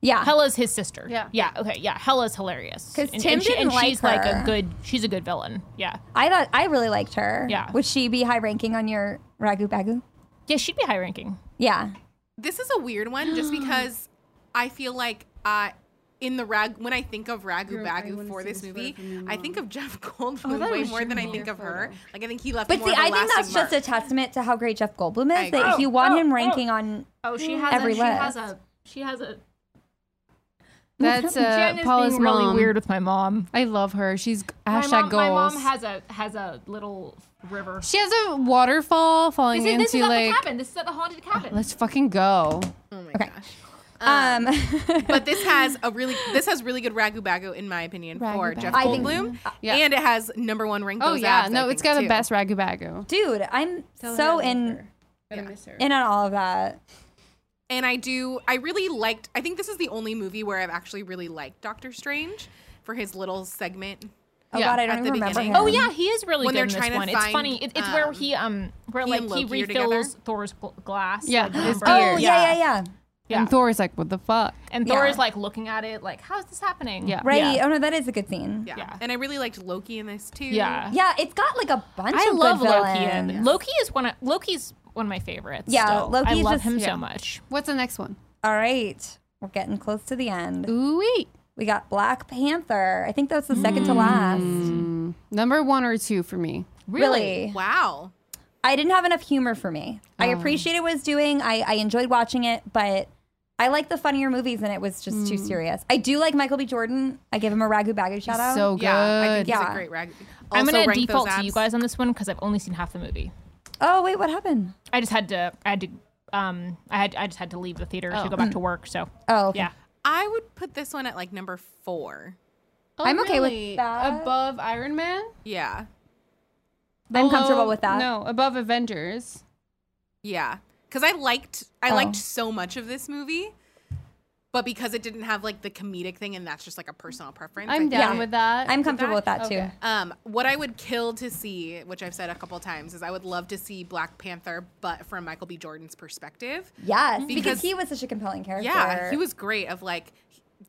Yeah.
Hella's his sister.
Yeah.
Yeah. Okay. Yeah. Hella's hilarious.
'Cause Tim didn't
and
like
she's like
her.
a good, she's a good villain. Yeah.
I thought I really liked her.
Yeah.
Would she be high ranking on your ragu bagu?
Yeah. She'd be high ranking.
Yeah.
This is a weird one just because I feel like I in the rag when I think of Ragu
Girl, I
Bagu
wanna
for
see
this
this
movie,
photo from your
I
mom.
think of Jeff
Oh,
I
Goldblum
thought it
way
was
more
your
than I
mom.
think of her.
Photo.
Like I think he left.
But
more
see,
of a
I think that's
lasting
just a
mark.
testament to how great Jeff Goldblum is
agree.
that you want
Oh,
him
oh,
ranking on.
Oh, she has
a- Every she has list.
a, she has a,
That's uh, Paula's
really
mom.
weird with my mom.
I love her. She's g-
My
hashtag
mom,
goals.
my mom has a has a little river.
She has a waterfall falling
This is, this is
into
at
like.
the cabin. This is at the haunted cabin.
Let's fucking go.
Oh my
Okay.
gosh.
Um,
But this has a really this has really good Ragu Bagu in my opinion
Ragu
for
Bagu.
Jeff
I think-
Goldblum,
Yeah.
and it has number one ranked.
Oh
Those
yeah,
Abs, I
no, it's
think,
got
too.
the best ragu bagu.
dude, I'm so in in on all of that.
And I do. I really liked. I think this is the only movie where I've actually really liked Doctor Strange for his little segment.
Oh
Yeah,
God, I don't
at
even
the
remember
beginning.
him.
oh yeah, he is really
When
good
they're
in this
trying to
one. It's
find,
funny. It, it's where
um,
he um where
he
like
and
he
Loki are together.
refills Thor's gl- glass.
Yeah,
like,
his
remember?
beard.
Oh yeah, yeah, yeah.
Yeah.
And Thor's like, what the fuck?
And Thor
Yeah.
is like looking at it like, how is this happening?
Yeah.
Right. Oh no, that is a good scene.
Yeah.
Yeah.
And I really liked Loki in this too.
Yeah.
Yeah, it's got like a bunch
I
of
love
good
Loki.
villains.
And Loki is one of Loki's one of my favorites.
Yeah,
still. I
Loki's
love
just-
him
yeah.
so much.
What's the next one?
All right. We're getting close to the end.
Ooh wee.
We got Black Panther. I think that's the second to
Mm.
last.
Number one or two for me.
Really?
Wow.
I didn't have enough humor for me. I appreciated what it was doing. I, I enjoyed watching it, but I like the funnier movies and it was just too serious. I do like Michael B. Jordan. I give him a Ragu Bagu shout out.
So Oh, good.
Yeah. I think he's
Yeah.
a great rag.
I'm
Also
gonna
rank those
default to
abs.
you guys on this one because I've only seen half the movie.
oh, wait, what happened?
I just had to. I had to. Um, I had. I just had to leave the theater to go back to work. So
Oh, okay.
yeah,
I would put this one at like number four.
Oh,
I'm okay with
really?
that.
Above Iron Man.
Yeah.
I'm comfortable
Below-
with that.
No, above Avengers.
Yeah, because I liked I
Oh.
liked so much of this movie, but because it didn't have like the comedic thing, and that's just like a personal preference. I
I'm
think
down
it-
with that.
I'm comfortable with that too.
Okay.
Um, what I would kill to see, which I've said a couple times, is I would love to see Black Panther, but from Michael B. Jordan's perspective.
Yes, because,
Because-
he was such a compelling character.
Yeah, he was great. Of like,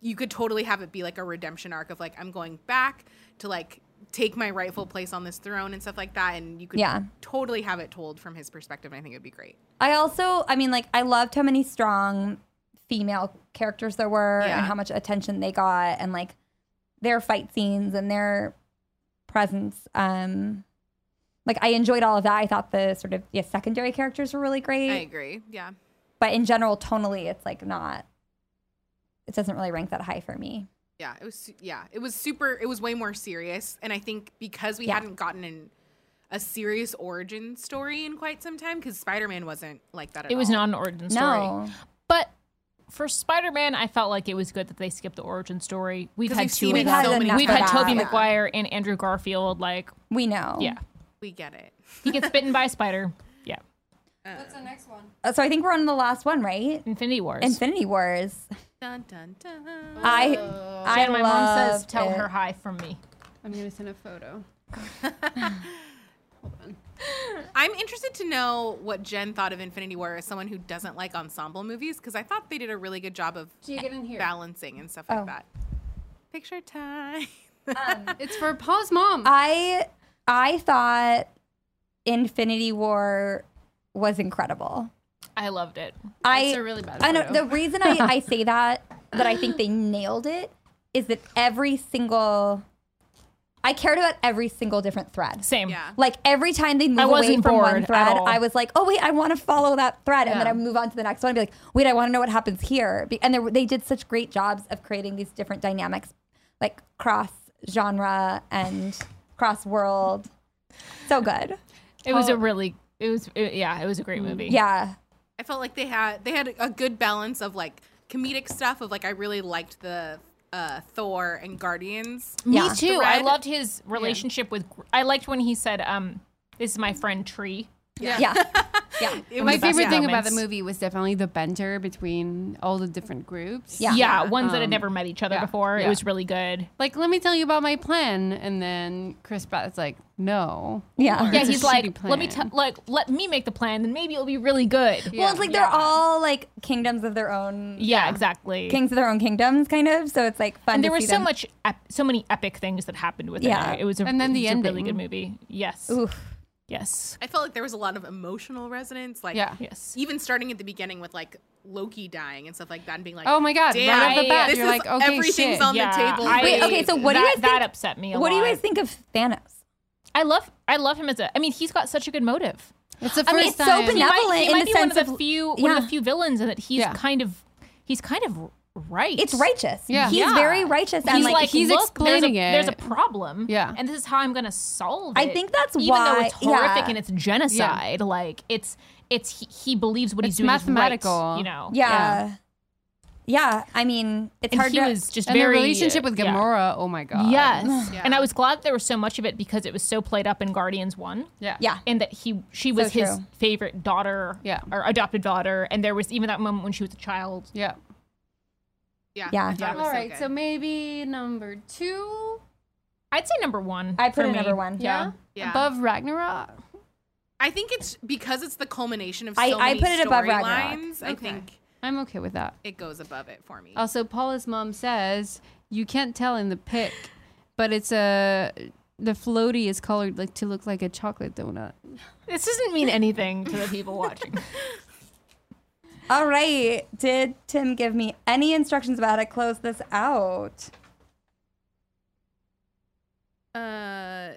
you could totally have it be like a redemption arc of like I'm going back to like take my rightful place on this throne and stuff like that, and you could
Yeah.
totally have it told from his perspective. And I think it'd be great.
I also, I mean, like, I loved how many strong female characters there were
Yeah.
and how much attention they got and like their fight scenes and their presence. Um, like, I enjoyed all of that. I thought the sort of yeah, secondary characters were really great,
I agree. Yeah.
but in general, tonally, it's like not. It doesn't really rank that high for me.
Yeah, it was. su- Yeah, it was super. It was way more serious, and I think because we
Yeah.
hadn't gotten in a serious origin story in quite some time, because Spider Man wasn't like that at
It was
all.
not an origin story.
No,
But for Spider Man, I felt like it was good that they skipped the origin story. We've
'Cause
had
we've
two
seen
of
it
them.
so many
We've
times.
had Tobey
Yeah.
Maguire and Andrew Garfield. Like,
we know.
yeah,
We get it.
he gets bitten by a spider. Yeah,
What's the next one?
Uh, So I think we're on the last one, right?
Infinity Wars.
Infinity Wars.
Dun dun dun.
I, I
and my mom says,
loved
"Tell
it.
her hi from me."
I'm gonna send a photo.
I'm interested to know what Jen thought of Infinity War as someone who doesn't like ensemble movies, because I thought they did a really good job of
Do you get in here?
balancing and stuff
Oh.
like that. Picture time.
It's for Paul's mom.
Uh, I I thought Infinity War was incredible.
I loved it.
I
It's a really bad
I know
photo.
the reason I, I say that that I think they nailed it is that every single I cared about every single different thread.
Same.
Yeah.
Like every time they move
I
away
wasn't
from
bored
one
at
thread,
all.
I was like, "Oh wait, I want to follow that thread," and then
Yeah.
I would move on to the next one and be like, "Wait, I want to know what happens here." Be- And they, they did such great jobs of creating these different dynamics, like cross genre and cross world. So good,
It was a
Oh.
really. It was. It, yeah, it was a great movie.
yeah.
I felt like they had they had a good balance of like comedic stuff of like I really liked the uh, Thor and Guardians.
Me
Yeah.
too. I
Thread.
loved his relationship with. Gr- I liked when he said, "Um, this is my friend Tree."
Yeah. Yeah.
It
My
was the best
favorite thing about the
moments.
movie was definitely the banter between all the different groups.
Yeah.
Yeah, ones that had
Um,
never met each other
yeah,
before. It
yeah.
was really good.
Like, let me tell you about my plan, and then Chris Pratt's like, "No."
Yeah.
Yeah,
It's a
he's like,
shitty
let me tell,
plan."
like, let me make the plan, and maybe it'll be really good. Yeah,
Well, it's like they're all like kingdoms of their own.
exactly.
Kings of their own kingdoms, kind of. So it's like fun.
and there
to
was
see
so
them.
much, ep- so many epic things that happened with
Yeah.
it. It was, a,
And then
it
the
was a really
ending.
good movie. Yes,
Oof.
yes,
I felt like there was a lot of emotional resonance. Like
Yeah.
yes.
even starting at the beginning with like Loki dying and stuff like that, and being like,
Oh my god!
Damn,
right off the bat,
this
you're
is
like, "Okay,
everything's
shit."
on the table.
Wait, okay, so what do
that,
you guys
That
think-
upset me. A
What do you
lot.
guys think of Thanos?
I love, I love him as a. I mean, he's got such a good motive.
It's the first
I mean,
it's so
time.
He might,
Benevolent
he
in
might
the
be
sense
one of the
of-
few, one of
yeah.
the few villains, and that he's
Yeah.
kind of, he's kind of right.
It's righteous.
Yeah.
He's
Yeah.
very righteous. And
he's
like,
like,
he's
look,
explaining
there's a,
it.
There's a problem.
Yeah.
And this is how I'm gonna solve it.
I think that's
even
why-
though it's horrific
yeah.
and it's genocide, like it's it's he, he believes what
It's
he's doing is
mathematical.
right, you know.
yeah. yeah. I mean, it's
Oh, And
hard
he
to.
was just
and the
very
relationship with
yeah.
Gamora. Oh my god.
Yes.
Yeah.
And I was glad that there was so much of it because it was so played up in Guardians 1.
Yeah.
yeah.
And that he she was
So
his
true.
favorite daughter
Yeah.
or adopted daughter and there was even that moment when she was a child.
Yeah.
yeah,
Yeah.
I thought it was
All right.
good.
So maybe number two.
I'd say number 1.
I put
for
it
me.
number one.
Yeah.
Yeah.
Above Ragnarok.
I think it's because it's the culmination of so
I- I
many
put it above Ragnarok.
storylines. I
Okay.
think
I'm okay with that.
it goes above it for me.
Also, Paula's mom says you can't tell in the pic, but it's a the floaty is colored like to look like a chocolate donut.
This doesn't mean anything to the people watching.
All right. Did Tim give me any instructions about how to close this out?
Uh,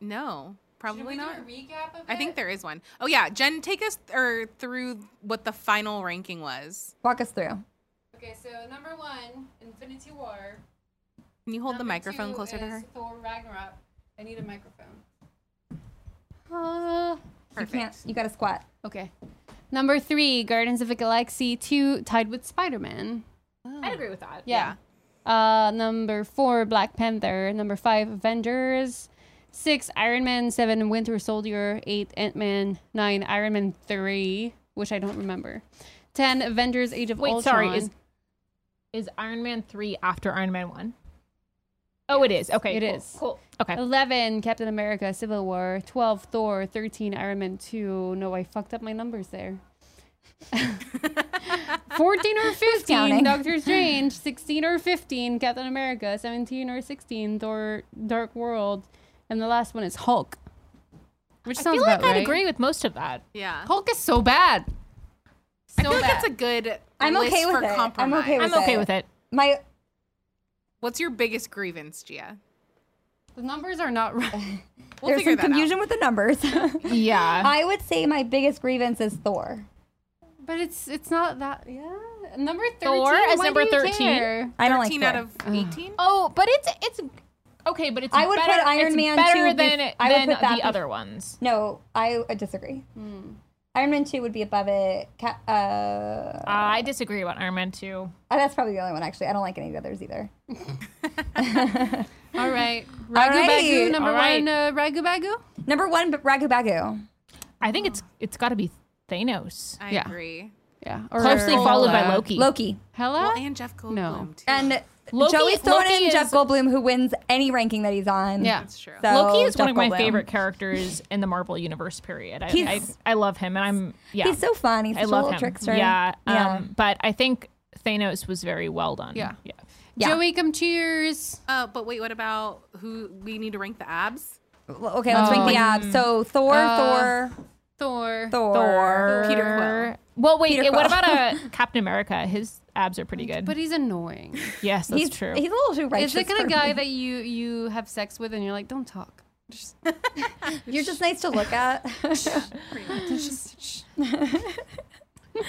no, probably not.
recap of
I think there is one. Oh yeah, Jen, take us or through what the final ranking was.
Walk us through.
Okay, so number one, Infinity War.
Can you hold the microphone closer to her?
Thor Ragnarok. I need a microphone.
You can't. You got to squat.
Uh, okay. Number three, Guardians of the Galaxy 2, tied with Spider Man.
I'd agree with that.
Yeah. Uh, number four, Black Panther. Number five, Avengers. Six, Iron Man. Seven, Winter Soldier. Eight, Ant Man. Nine, Iron Man 3, which I don't remember. Ten, Avengers Age of
Wait,
Ultron.
sorry, is- Is Iron Man 3 after Iron Man 1? Oh, it is. Okay.
it
cool,
is.
Cool. Okay.
11, Captain America Civil War. 12, Thor. 13, Iron Man 2. No, I fucked up my numbers there. 14 or 15,
counting?
Doctor Strange. 16 or 15, Captain America. 17 or 16, Thor, Dark World. And the last one is Hulk. Which
I
sounds
feel like
about
I'd
right.
agree with most of that.
Yeah.
Hulk is so bad.
I feel like that's a good
I'm
list
okay
for
with it. I'm
compromise.
okay
I'm
with
okay
it.
with it.
My
What's your biggest grievance, Gia?
The numbers are not right.
We'll
there's some
figure that out.
confusion with the numbers.
Yeah.
I would say my biggest grievance is Thor.
But it's it's not that. Yeah. Number 13.
Thor
why
as
do
number
you
13?
care?
I don't like
13
Thor.
out of 18?
Oh, but it's it's okay, but it's
I would
better,
put Iron
it's
Man
better
two
than,
bef- I would
than
put that
the
bef-
other ones.
No, I, I disagree.
Hmm.
Iron Man 2 would be above it. Cap, uh,
I disagree about Iron Man 2.
that's probably the only one, actually. I don't like any of the others either.
All right. Ragu
Alrighty.
Bagu, number
Alright.
one, uh, Ragu Bagu.
Number one, but Ragu Bagu.
I think it's it's got to be Thanos.
I
Yeah.
agree.
Yeah. Or
Closely followed by
Hela.
Loki.
Loki.
Hela?
Well, and Jeff Goldblum,
No.
too.
And
Loki-
Joey Stone
Loki
and Jeff
is-
Goldblum, who wins any ranking that he's on.
yeah.
That's true.
So,
Loki is
Jeff
one of my
Goldblum.
favorite characters in the Marvel universe. Period. I, I,
He's-
I love him, and I'm yeah.
He's so fun. He's
I
such a
love
little
him.
trickster.
Yeah,
Yeah.
Um, but I think Thanos was very well done.
Yeah.
yeah.
Yeah.
Joey, come cheers.
Uh, but wait, what about who we need to rank the abs?
Well, Okay, let's rank the
um,
abs. So Thor,
Uh,
Thor,
Thor.
Thor,
Peter Quill.
Well, wait.
Peter
what
Quill.
about uh, Captain America? His abs are pretty good.
But he's annoying.
yes, that's
He's
true.
He's a little too righteous.
Is the kind
for
of guy
me.
that you you have sex with and you're like, don't talk. Just,
you're just nice to look at.
Pretty much.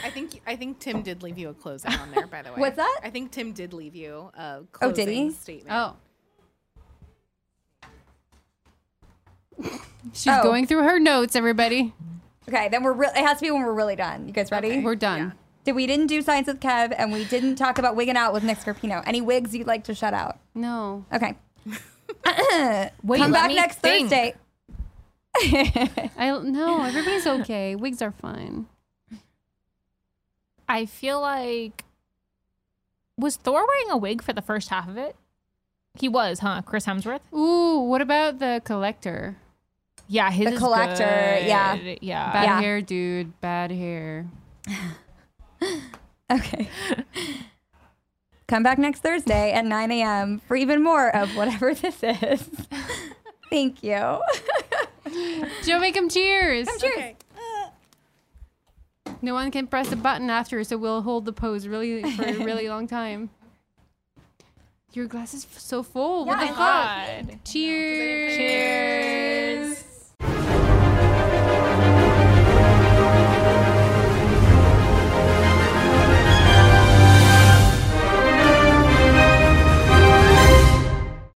I think I think Tim did leave you a closing on there, by the way.
What's that?
I think Tim did leave you a
Oh,
closing
did he?
statement.
oh. She's
Oh.
going through her notes, everybody.
okay, then we're re- it has to be when we're really done. You guys ready?
We're done.
Did we didn't do science with Kev and we didn't talk about wigging out with Nick Scarpino. Any wigs you'd like to shut out?
No.
Okay.
Wait,
Come
let
back
me
next
think.
Thursday.
I no, everybody's okay. Wigs are fine.
I feel like was Thor wearing a wig for the first half of it? He was, huh? Chris Hemsworth.
Ooh, what about the collector?
Yeah, his
The
is
collector,
good.
yeah.
yeah.
Bad
Yeah.
hair, dude. Bad hair.
Okay. Come back next Thursday at 9 a.m. for even more of whatever this is. Thank you.
Joe, make him cheers.
Cheers.
No one can press a button after, so we'll hold the pose really for a really long time. Your glass is f- so full. what the fuck?
God.
Cheers. Cheers.